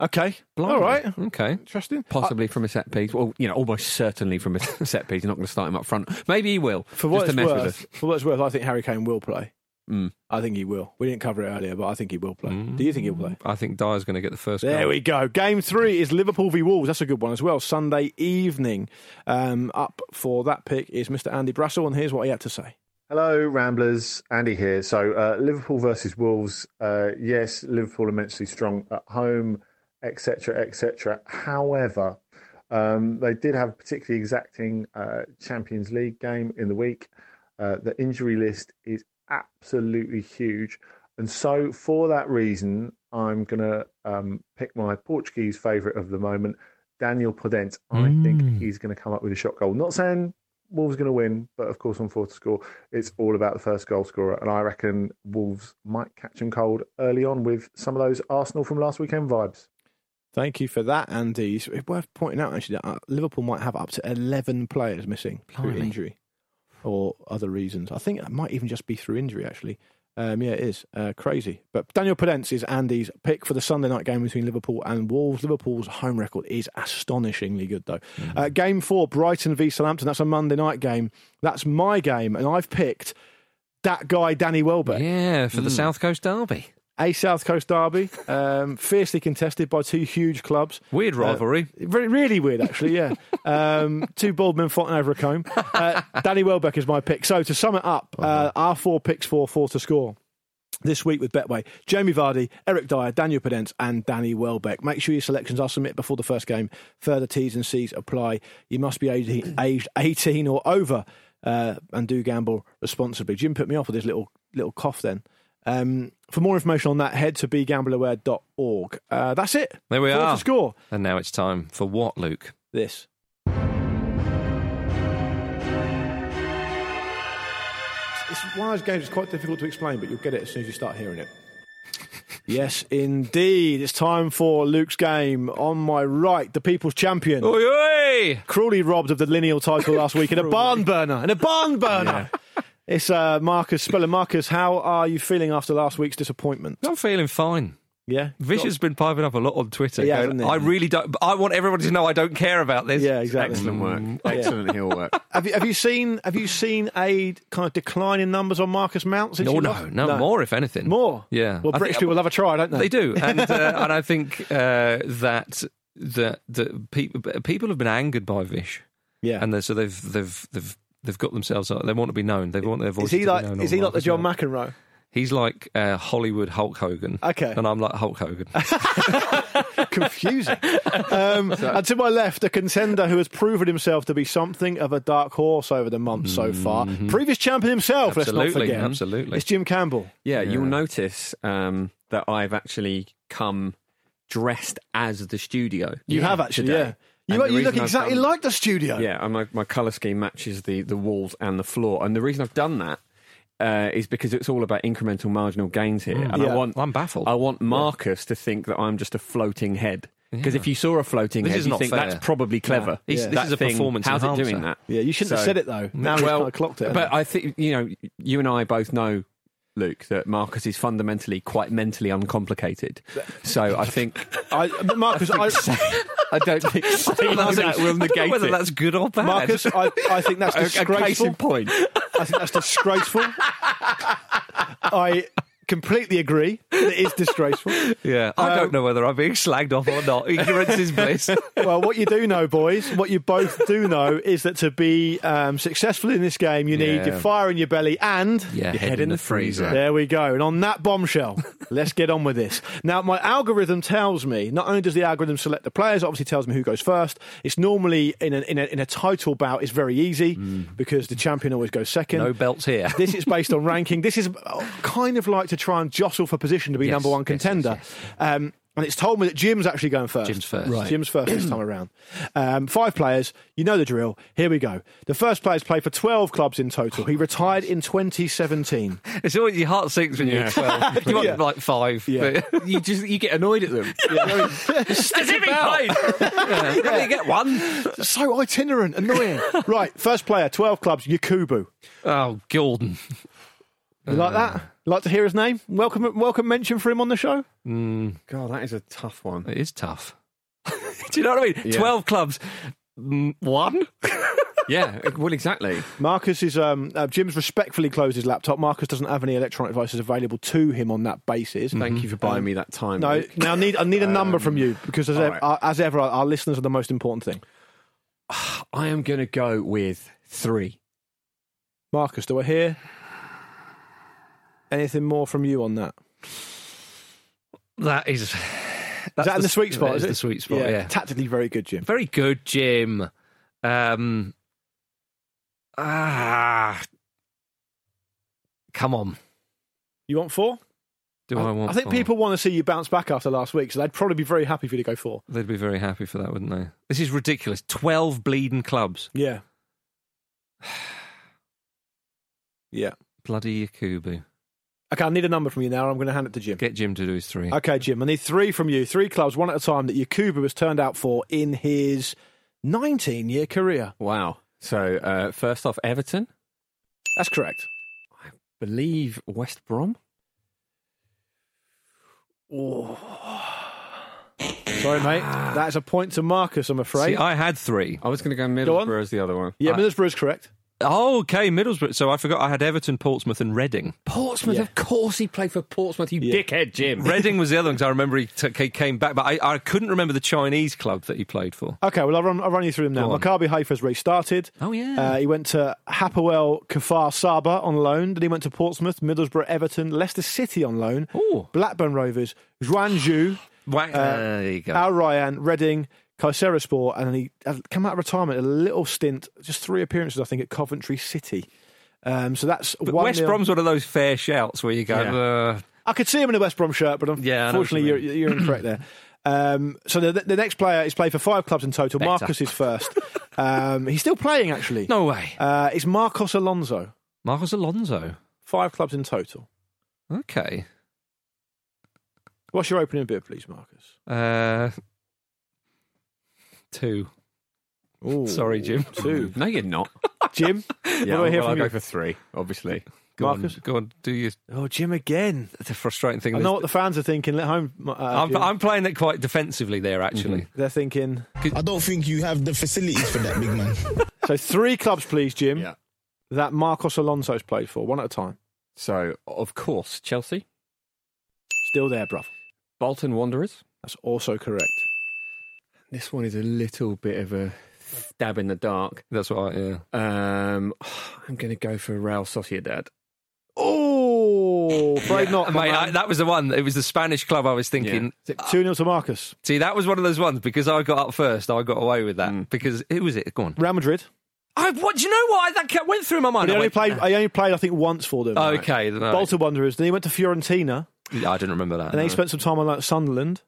B: Okay, all right,
A: Okay.
B: interesting.
C: possibly from a set piece. Well, you know, almost certainly from a set piece. You're not going to start him up front. Maybe he will
B: For what
C: just to
B: it's
C: mess with us.
B: worth, for what it's worth, I think Harry Kane will play.
C: Mm.
B: I think he will. We didn't cover it earlier, but I think he will play.
C: Hmm.
B: Do you think he'll play?
A: I think Dyer's going to get the first
B: There
A: goal.
B: we go. Game three is Liverpool v Wolves. That's a good one as well. Sunday evening. Um, up for that pick is Mr. Andy Brassel, and here's what he had to say.
F: Hello, Ramblers. Andy here. So, uh, Liverpool versus Wolves. Uh, yes, Liverpool immensely strong at home, etc., etc. However, um, they did have a particularly exacting uh, Champions League game in the week. Uh, the injury list is absolutely huge. And so, for that reason, I'm going to um, pick my Portuguese favourite of the moment, Daniel Podence. I think he's going to come up with a shot goal. Not saying Wolves going to win, but of course, on four to score, it's all about the first goal scorer. And I reckon Wolves might catch him cold early on with some of those Arsenal from last weekend vibes.
B: Thank you for that, Andy. It's worth pointing out, actually, that uh, Liverpool might have up to 11 players missing through
A: Blimey.
B: injury or other reasons. I think it might even just be through injury, actually. Um, yeah, it is uh, crazy. But Daniel Podence is Andy's pick for the Sunday night game between Liverpool and Wolves. Liverpool's home record is astonishingly good, though. Uh, game four, Brighton v Southampton. That's a Monday night game. That's my game, and I've picked that guy, Danny Welbeck. Mm.
A: Yeah, for the South Coast Derby.
B: A South Coast derby, um, fiercely contested by two huge clubs.
A: Weird rivalry.
B: Very, really weird, actually, yeah. um, two bald men fighting over a comb. Uh, Danny Welbeck is my pick. So to sum it up, uh, our four picks for four to score. This week with Betway, Jamie Vardy, Eric Dyer, Daniel Pedence, and Danny Welbeck. Make sure your selections are submitted before the first game. Further T's and C's apply. You must be 18, aged 18 or over uh, and do gamble responsibly. Jim put me off with his little little cough then. Um, for more information on that, head to begambleaware.org. Uh, that's it.
A: There we
B: Four
A: are.
B: To score
A: And now it's time for what, Luke?
B: this. It's one of those games that's quite difficult to explain, but you'll get it as soon as you start hearing it. yes, indeed. It's time for Luke's game. On my right, the people's champion.
A: Oi, oi!
B: Cruelly robbed of the lineal title last week in a barn burner. In a barn burner! It's uh, Marcus Speller. Marcus, how are you feeling after last week's disappointment?
A: I'm feeling fine.
B: Yeah?
A: Vish has been piping up a lot on Twitter.
B: Yeah,
A: going,
B: hasn't he?
A: I really don't. I want everyone to know I don't care about this.
B: Yeah, exactly.
C: Excellent
B: mm,
C: work. Excellent heel work.
B: Have you, have you seen have you seen a kind of decline in numbers on Marcus Mount? Since
A: Oh, No,
B: you
A: no,
B: lost?
A: no, more if anything.
B: More?
A: Yeah.
B: Well,
A: I
B: British
A: think-
B: people love a try, don't they?
A: They do, and uh, and I think uh, that that that people people have been angered by Vish,
B: Yeah.
A: and they- so they've they've they've they've got themselves. They want to be known. They want their voice.
B: is he like is he like the John
A: Mac?
B: McEnroe?
A: He's like uh, Hollywood Hulk Hogan.
B: Okay.
A: and I'm like Hulk Hogan.
B: Confusing. um, and to my left, a contender who has proven himself to be something of a dark horse over the month so far.
C: Mm-hmm.
B: Previous champion himself. let's not
A: Absolutely,
B: forget.
A: absolutely.
B: It's Jim Campbell.
C: Yeah, you'll notice um, that I've actually come dressed as the studio.
B: You have actually,
C: today.
B: yeah.
C: And
B: You, you
C: the
B: look
C: reason I've
B: exactly
C: done-
B: like the studio.
C: Yeah, and my, my colour scheme matches the, the walls and the floor. And the reason I've done that uh, is because it's all about incremental marginal gains here. and
B: Mm. Yeah.
C: I want
A: I'm baffled.
C: I want Marcus to think that I'm just a floating head. Because if you saw a floating
A: This
C: head,
A: is
C: you
A: not
C: think
A: fair.
C: that's probably clever.
A: He's-
C: That
A: this is a
C: thing,
A: performance
C: How's it doing
A: enhancer.
C: that?
B: Yeah, you shouldn't have
C: So-
B: said it though. Now you've kind of clocked it.
C: But I think you know, you and I both know, Luke, that Marcus is fundamentally quite mentally uncomplicated. So I think
B: I, but Marcus, I,
C: I don't think saying
A: I
C: that
A: don't
C: will
A: know
C: negate
A: whether
C: it.
A: that's good or bad.
B: Marcus, I, I think that's
C: a, a case
B: disgraceful.
C: in point.
B: I think that's disgraceful. I completely agree. It is disgraceful.
A: yeah, I don't know whether I'm being slagged off or not. Ignorance is bliss.
B: Well, what you do know, boys, what you both do know is that to be um, successful in this game, you need
A: Yeah.
B: your fire in your belly and.
A: Yeah,
C: head in the freezer.
B: There we go. And on that bombshell, let's get on with this. Now, my algorithm tells me not only does the algorithm select the players, it obviously tells me who goes first. It's normally in a, in a, in a title bout is very easy because the champion always goes second.
A: Mm. No belts here.
B: This is based on ranking. This is uh, kind of like to try and jostle for position to be
A: Yes,
B: number one
A: yes, yes,
B: contender. Um, and it's told me that Jim's actually going first.
A: Jim's first. Right.
B: Jim's first this time around. Um, five players. You know the drill. Here we go. The first player's played for 12 clubs in total. He retired in 2017.
A: It's always your heart sinks when you're 12. you want
B: Yeah.
A: like five.
B: Yeah.
A: but-
C: You just you get annoyed at them.
A: Has he been played? yeah. You only get one.
B: so itinerant, annoying. right, first player, 12 clubs, Yakubu.
A: Oh, Gordon.
B: You like
A: Uh.
B: that? You like to hear his name? Welcome, welcome mention for him on the show?
C: God, that is a tough one.
A: It is tough. Do you know what I mean? 12 clubs. Mm, One?
C: Yeah, well, exactly.
B: Marcus is um, uh, Jim's respectfully closed his laptop. Marcus doesn't have any electronic devices available to him on that basis.
A: Mm-hmm.
B: Um,
C: Thank you for buying me that time.
B: No,
C: Luke. Um,
B: now I need I need a number from you because as,
C: all
B: ev-
C: right.
B: uh, as ever, our, our listeners are the most important thing.
C: I am going to go with three.
B: Marcus, do I hear anything more from you on that?
A: That is.
B: Is
A: That's
B: that in the sweet spot?
A: that
B: Is
A: is
B: it
A: the sweet spot, yeah.
B: tactically very good, Jim.
A: Very good, Jim. Um, ah. Come on.
B: You want four?
A: Do I, want
B: I think
A: four?
B: people want to see you bounce back after last week, so they'd probably be very happy for you to go four.
A: They'd be very happy for that, wouldn't they? This is ridiculous. 12 bleeding clubs.
B: Yeah, yeah.
A: Bloody Yakubu.
B: Okay, I need a number from you now. I'm going to hand it to Jim.
A: Get Jim to do his three.
B: Okay, Jim, I need three from you, three clubs, one at a time that Yakuba was turned out for in his 19 year career.
C: Wow. So uh, first off, Everton.
B: That's correct.
C: Believe West Brom.
B: Sorry, mate. That is a point to Marcus, I'm afraid.
A: Ah. See, I had three.
C: I was going to go
B: Go on.
C: Middlesbrough as the other one.
B: yeah, Middlesbrough is correct.
A: Oh, okay, Middlesbrough. So I forgot I had Everton, Portsmouth, and Reading.
C: Portsmouth,
B: Yeah.
C: of course, he played for Portsmouth. You dickhead, Jim.
A: Reading was the other one 'cause I remember he, took he came back, but I, I couldn't remember the Chinese club that he played for.
B: Okay, well, I'll run, I'll run you through them now.
A: Go on.
B: Maccabi Haifa's restarted.
A: Oh, yeah.
B: Uh, he went to Hapoel Kafar Saba on loan. Then he went to Portsmouth, Middlesbrough, Everton, Leicester City on loan.
A: Ooh.
B: Blackburn Rovers, Juanju,
A: Wang-
B: uh,
A: there you go.
B: Al Ryan, Reading, Kayserispor, and then he had come out of retirement, a little stint, just three appearances, I think, at Coventry City. Um, so that's
A: But
B: one
A: West
B: nil.
A: Brom's one of those fair shouts where you go,
B: Yeah.
A: "Uh,
B: I could see him in a West Brom shirt, but
A: Yeah, I know what you
B: unfortunately, you're, you're incorrect there. Um, so the, the next player is played for five clubs in total.
A: Better.
B: Marcus is first. um, he's still playing, actually.
A: no way.
B: Uh, it's Marcos Alonso.
A: Marcos Alonso.
B: Five clubs in total.
A: Okay.
B: What's your opening bid, please, Marcus?
A: Uh, two. Sorry, Jim.
B: Two.
C: No, you're not.
B: Jim?
C: Yeah,
B: what do I hear
C: well, I'll
B: from
C: go
B: you?
C: for three, obviously.
A: Go
B: Marcus?
A: on, go on, do your
B: Oh, Jim again.
A: the frustrating thing.
B: I
A: is-
B: know what the fans are thinking. Let home. Uh,
A: I'm,
B: Jim.
A: I'm playing it quite defensively there, actually.
B: They're thinking.
G: I don't think you have the facilities for that, big man.
B: So three clubs, please, Jim,
C: Yeah.
B: that Marcos Alonso's played for, one at a time.
C: So, of course, Chelsea,
B: Still there, bruv.
C: Bolton Wanderers.
B: That's also correct.
C: This one is a little bit of a stab in the dark.
A: That's what. I, yeah.
C: Um, I'm going to go for Real Sociedad.
B: Oh, afraid not.
A: Mate, I, that was the one. It was the Spanish club I was thinking.
C: Yeah.
B: 2 0 to Marcus.
A: See, that was one of those ones because I got up first. I got away with that because who was it? Go on.
B: Real Madrid.
A: I, what do you know? What that kept, went through my mind.
B: But
A: I
B: he only
A: went,
B: played. He only played, I think, once for them.
A: "Oh, okay, then, all right."
B: Bolton Wanderers. Then he went to Fiorentina,
A: Yeah, I didn't remember that.
B: and then he
A: no.
B: spent some time on like, Sunderland,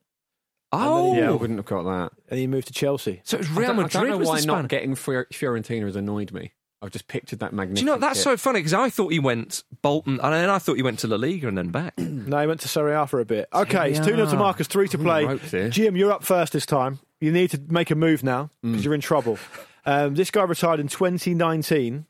A: oh,
C: Yeah, I wouldn't have got that.
B: and he moved to Chelsea.
A: so it was
C: I
A: Real
C: don't- I
A: Madrid
C: don't know
A: was
C: why
A: the
C: not
A: Spanish.
C: getting Fior- Fiorentina has annoyed me. I've just pictured that magnificent.
A: do you know that's
C: kit.
A: so funny because I thought he went Bolton, and then I thought he went to La Liga and then back.
B: No, he went to Serie A for a bit. Okay, it's
A: Hmm. Serie
B: 2 0 to
A: A.
B: Marcus, three to
C: Ooh,
B: play.
C: ropes here.
B: Jim, you're up first this time. You need to make a move now
A: Hmm.
B: because you're in trouble. Um, this guy retired in 2019.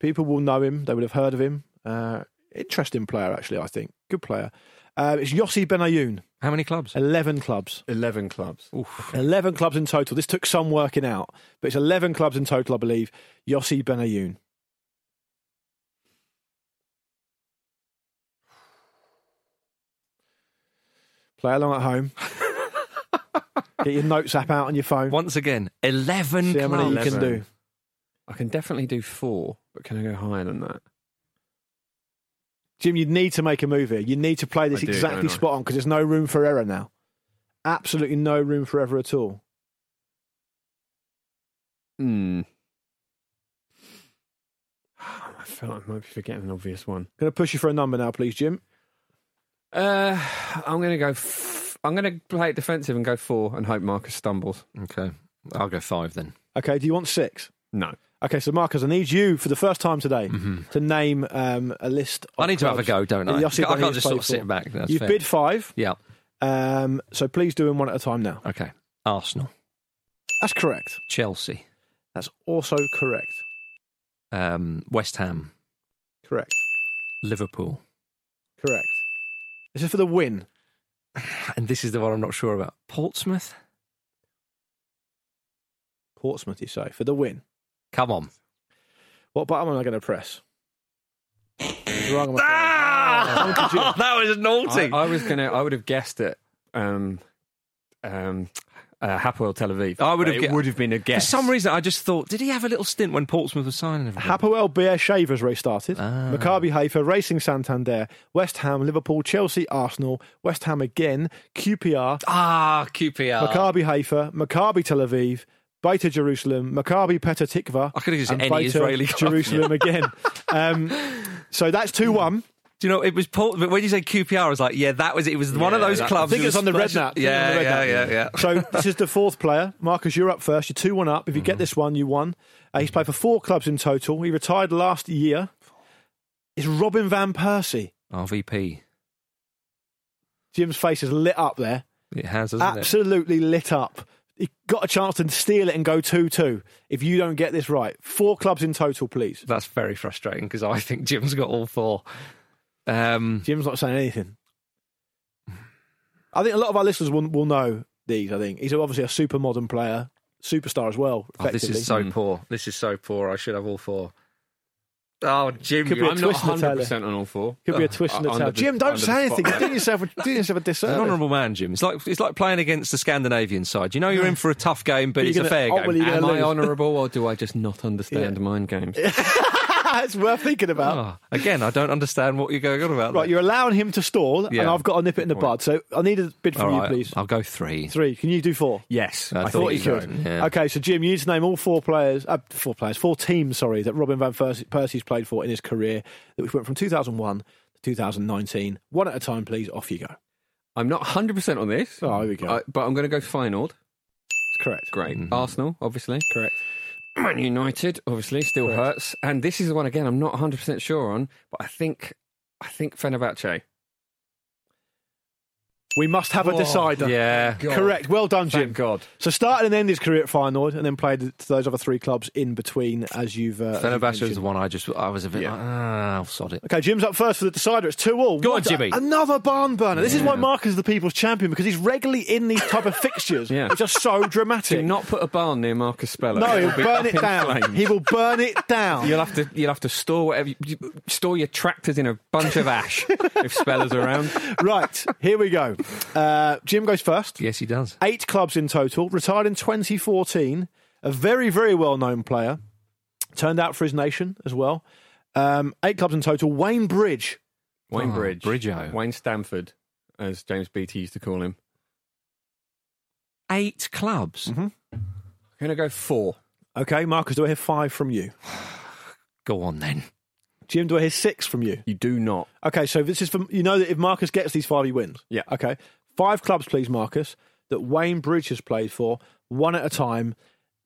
B: People will know him, they would have heard of him. Uh, interesting player, actually, I think. Good player. Uh, it's Yossi Benayoun,
A: How many clubs?
B: 11 clubs.
C: Eleven clubs.
B: 11 clubs in total. This took some working out, but it's 11 clubs in total, I believe. Yossi Benayoun. Play along at home. Get your notes app out on your phone.
A: Once again, eleven
B: See how many
A: clubs.
B: you can do.
C: I can definitely do four, but can I go higher than that?
B: Jim, you need to make a move here. You need to play this
C: I do,
B: exactly
C: don't I?
B: spot on because there's no room for error now. Absolutely no room for error at all.
C: Hmm. I feel like I might be forgetting an obvious one.
B: Going to push you for a number now, please, Jim.
C: Uh, I'm going to go. F- I'm going to play it defensive and go four and hope Marcus stumbles.
A: Okay, I'll go five then.
B: Okay, do you want six?
C: No.
B: Okay, so Marcus, I need you for the first time today to name um, a list. Of
A: Mm-hmm. I need to have a
B: clubs
A: go, don't
B: that
A: I? I
B: Yossi
A: can't
B: Benitez
A: just sort of
B: played
A: sit
B: for.
A: back. That's
B: You've
A: fair.
B: bid five,
A: Yeah.
B: um, so please do them one at a time now.
A: Okay. Arsenal,
B: That's correct.
A: Chelsea,
B: That's also correct.
A: um, West Ham,
B: Correct.
A: Liverpool,
B: Correct. This is for the win.
A: and this is the one I'm not sure about. Portsmouth.
B: Portsmouth, you say, for the win.
A: Come on.
B: What button am I going to press? Wrong. I'm afraid.
A: Ah! that was
C: I,
A: naughty.
C: I was going to. I would have guessed at um, um, uh, Hapoel Tel Aviv.
A: I would have
C: It
A: gue-
C: would have been a
A: For
C: guess.
A: some reason, I just thought, did he have a little stint when Portsmouth was signing everything?
B: Hapoel Beer Shavers restarted.
A: Ah.
B: Maccabi Haifa, Racing Santander, West Ham, Liverpool, Chelsea, Arsenal, West Ham again, QPR,
A: ah, QPR.
B: Maccabi Haifa, Maccabi Tel Aviv, Beta Jerusalem, Maccabi Petah Tikva.
A: I could have just
B: and
A: any
B: Beta
A: Israeli club.
B: Jerusalem again. Um, so that's 2 1.
A: Do you know, it was Port- but when you say QPR, I was like, yeah, that was it. It was one of those
B: I
A: clubs.
B: think
A: that
B: it's on the red
A: special-
B: nap.
A: Yeah, yeah, yeah, yeah.
B: So this is the fourth player. Marcus, you're up first. You're 2 1 up. If you
A: Mm-hmm.
B: get this one, you won. Uh, he's played for four clubs in total. He retired last year. It's Robin Van Persie.
A: RVP.
B: Jim's face is lit up there.
A: It has, hasn't it?
B: Absolutely lit up. He got a chance to steal it and go 2 2 if you don't get this right. Four clubs in total, please.
A: That's very frustrating because I think Jim's got all four. Um,
B: Jim's not saying anything. I think a lot of our listeners will, will know these. I think he's obviously a super modern player, superstar as well.
A: oh, this
B: effectively.
A: is so poor. This is so poor. I should have all four. Oh, Jim,
B: Could be a
C: I'm not
B: twist in the tailor.
C: 100% on all four.
B: Could be a twist in the
C: Under
B: tail.
C: the-
B: Jim, don't
C: under
B: say
C: the
B: anything. You're
C: spotlight.
B: doing yourself, a- doing yourself a
A: An
B: disservice.
A: honourable man, Jim. It's like it's like playing against the Scandinavian side. You know you're in for a tough game, but
B: You're
A: it's a
B: gonna-
A: fair game.
B: ultimately-
C: Am I
B: lose.
C: honourable or do I just not understand mind games?
B: it's worth thinking about.
A: Oh, again, I don't understand what you're going on about.
B: Right,
A: there.
B: you're allowing him to stall, and
A: Oh. Yeah.
B: I've got to nip it in the bud. So I need a bid from
A: All
B: you,
A: right,
B: please.
A: I'll go three.
B: Three. Can you do four?
C: Yes.
A: I
B: I thought you
A: so,
B: could.
A: yeah.
B: Okay, so Jim, you need to name all four players, uh, four players, four teams, sorry, that Robin van Pers- Persie's played for in his career, which went from 2001 to 2019. One at a time, please. Off you go.
C: I'm not 100% on this,
B: Oh, here we go.
C: uh, but I'm going to go final.
B: That's correct.
C: Great.
A: Mm-hmm.
C: Arsenal, obviously.
B: Correct.
C: Man United, obviously, still
B: Correct.
C: hurts. And this is the one, again, I'm not 100% sure on, but I think I think Fenerbahce.
B: We must have a decider.
C: Oh, Yeah.
B: Correct. Well done, Jim.
C: Thank God.
B: So started and ended his career at Feyenoord, and then played to those other three clubs in between, as you've. Uh, as
A: Fenerbahce
B: you've
A: was
B: mentioned.
A: the one I just I was a bit like ah, I'll sod it.
B: Okay, Jim's up first for the decider. It's two all.
A: Go on,
B: What a-
A: Jimmy.
B: another barn burner. This is why Mark is the people's champion because he's regularly in these type of fixtures,
C: Yeah.
B: which are so dramatic.
C: Do not put a barn near Marcus Speller.
B: no,
C: It will
B: he'll
C: be
B: burn
C: up
B: it
C: in
B: down.
C: flames.
B: He will burn it down.
C: You'll have to you'll have to store whatever you, you- store your tractors in a bunch of ash if Speller's around.
B: right, here we go. Uh, Jim goes first.
A: Yes, he does.
B: Eight clubs in total. Retired in 2014. A very, very well known player. Turned out for his nation as well. Um, eight clubs in total. Wayne Bridge.
C: Wayne
A: Oh,
C: Bridge,
A: Bridgio.
C: Wayne Stanford, as James Beattie used to call him.
A: Eight clubs.
B: Mm-hmm.
C: I'm going to go four.
B: Okay, Marcus, do I hear five from you?
A: Go on then.
B: Jim, do I hear six from you?
C: You do not.
B: Okay, so this is from you know that if Marcus gets these five, he wins.
C: Yeah.
B: Okay, five clubs, please, Marcus, that Wayne Bridge has played for, one at a time.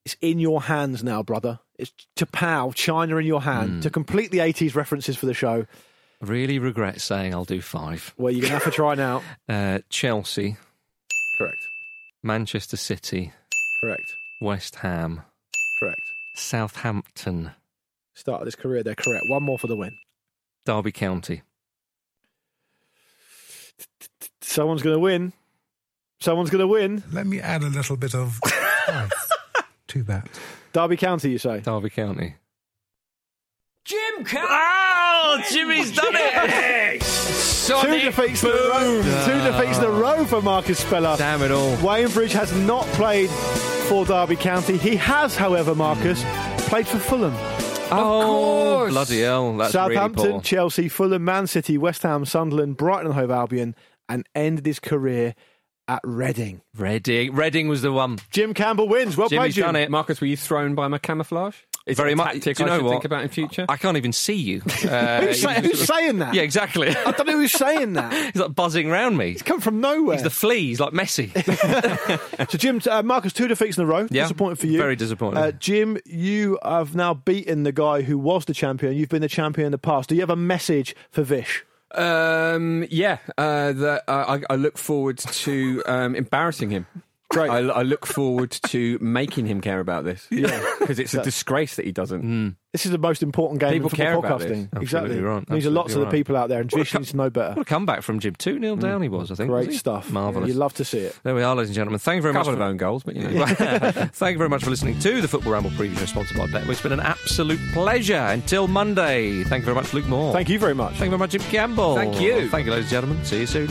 B: It's in your hands now, brother. It's Tapao, China in your hand. To complete the '80s references for the show,
A: Really regret saying I'll do five.
B: where you're gonna have to try now.
A: Uh, Chelsea,
B: Correct.
A: Manchester City,
B: Correct.
A: West Ham,
B: Correct.
A: Southampton,
B: Start of this career, they're correct. One more for the win.
A: Derby County.
B: Someone's gonna win. Someone's gonna win.
H: Let me add a little bit of spice to that.
B: Derby County, you say?
A: Derby County.
E: Jim Cow.
A: Oh, Jimmy's done it!
B: Two
A: Sonic
B: defeats in a row. Two defeats in a row for Marcus Speller.
A: Damn it all.
B: Wainbridge has not played for Derby County. He has, however, Marcus, played for Fulham,
A: oh,
C: course.
A: bloody hell. That's
B: Southampton,
A: really poor.
B: Chelsea, Fulham, Man City, West Ham, Sunderland, Brighton and Hove Albion, and ended his career at Reading.
A: Reading. Reading was the one.
B: Jim Campbell wins. Well played,
A: Jimmy's
B: Jim.
A: done it.
C: Marcus, were you thrown by my camouflage? Is
A: Very
C: it a
A: much.
C: Tactic
A: Do you
C: I
A: know
C: should
A: what?
C: think about in future.
A: I can't even see you. Uh,
B: Who's, say- who's saying that?
A: yeah, exactly.
B: I don't know who's saying that.
A: He's like buzzing round me.
B: It's come from nowhere.
A: He's the flea. He's like Messi.
B: so, Jim, uh, Marcus, two defeats in a row.
A: Yeah.
B: Disappointed for you.
A: Very disappointed.
B: Uh, Jim, you have now beaten the guy who was the champion. You've been the champion in the past. Do you have a message for Vish?
C: Um, yeah, uh, that uh, I, I look forward to um, embarrassing him. Great. I, I look forward to making him care about this. Yeah, because it's a disgrace that he doesn't.
B: This is the most important game
C: People
B: for
C: care
B: podcasting.
C: about this.
A: Absolutely
B: Exactly.
A: right.
B: These are lots of the
A: Absolutely
B: people out there, and Vish needs to know better.
A: What a comeback from Jim. 2 0 down he was, I think. was
B: Mm. Great
A: he?
B: stuff.
A: Marvellous.
B: You love to see it.
A: There we are, ladies and gentlemen. Thank you very
C: A couple
A: much.
C: of
A: for-
C: own goals, but you know.
A: Thank you very much for listening to the Football Ramble preview show sponsored by Betway. It's been an absolute pleasure. Until Monday, thank you very much, Luke Moore.
B: Thank you very much.
A: Thank you very much, Jim Campbell.
C: Thank you.
A: Thank you, ladies and gentlemen. See you soon.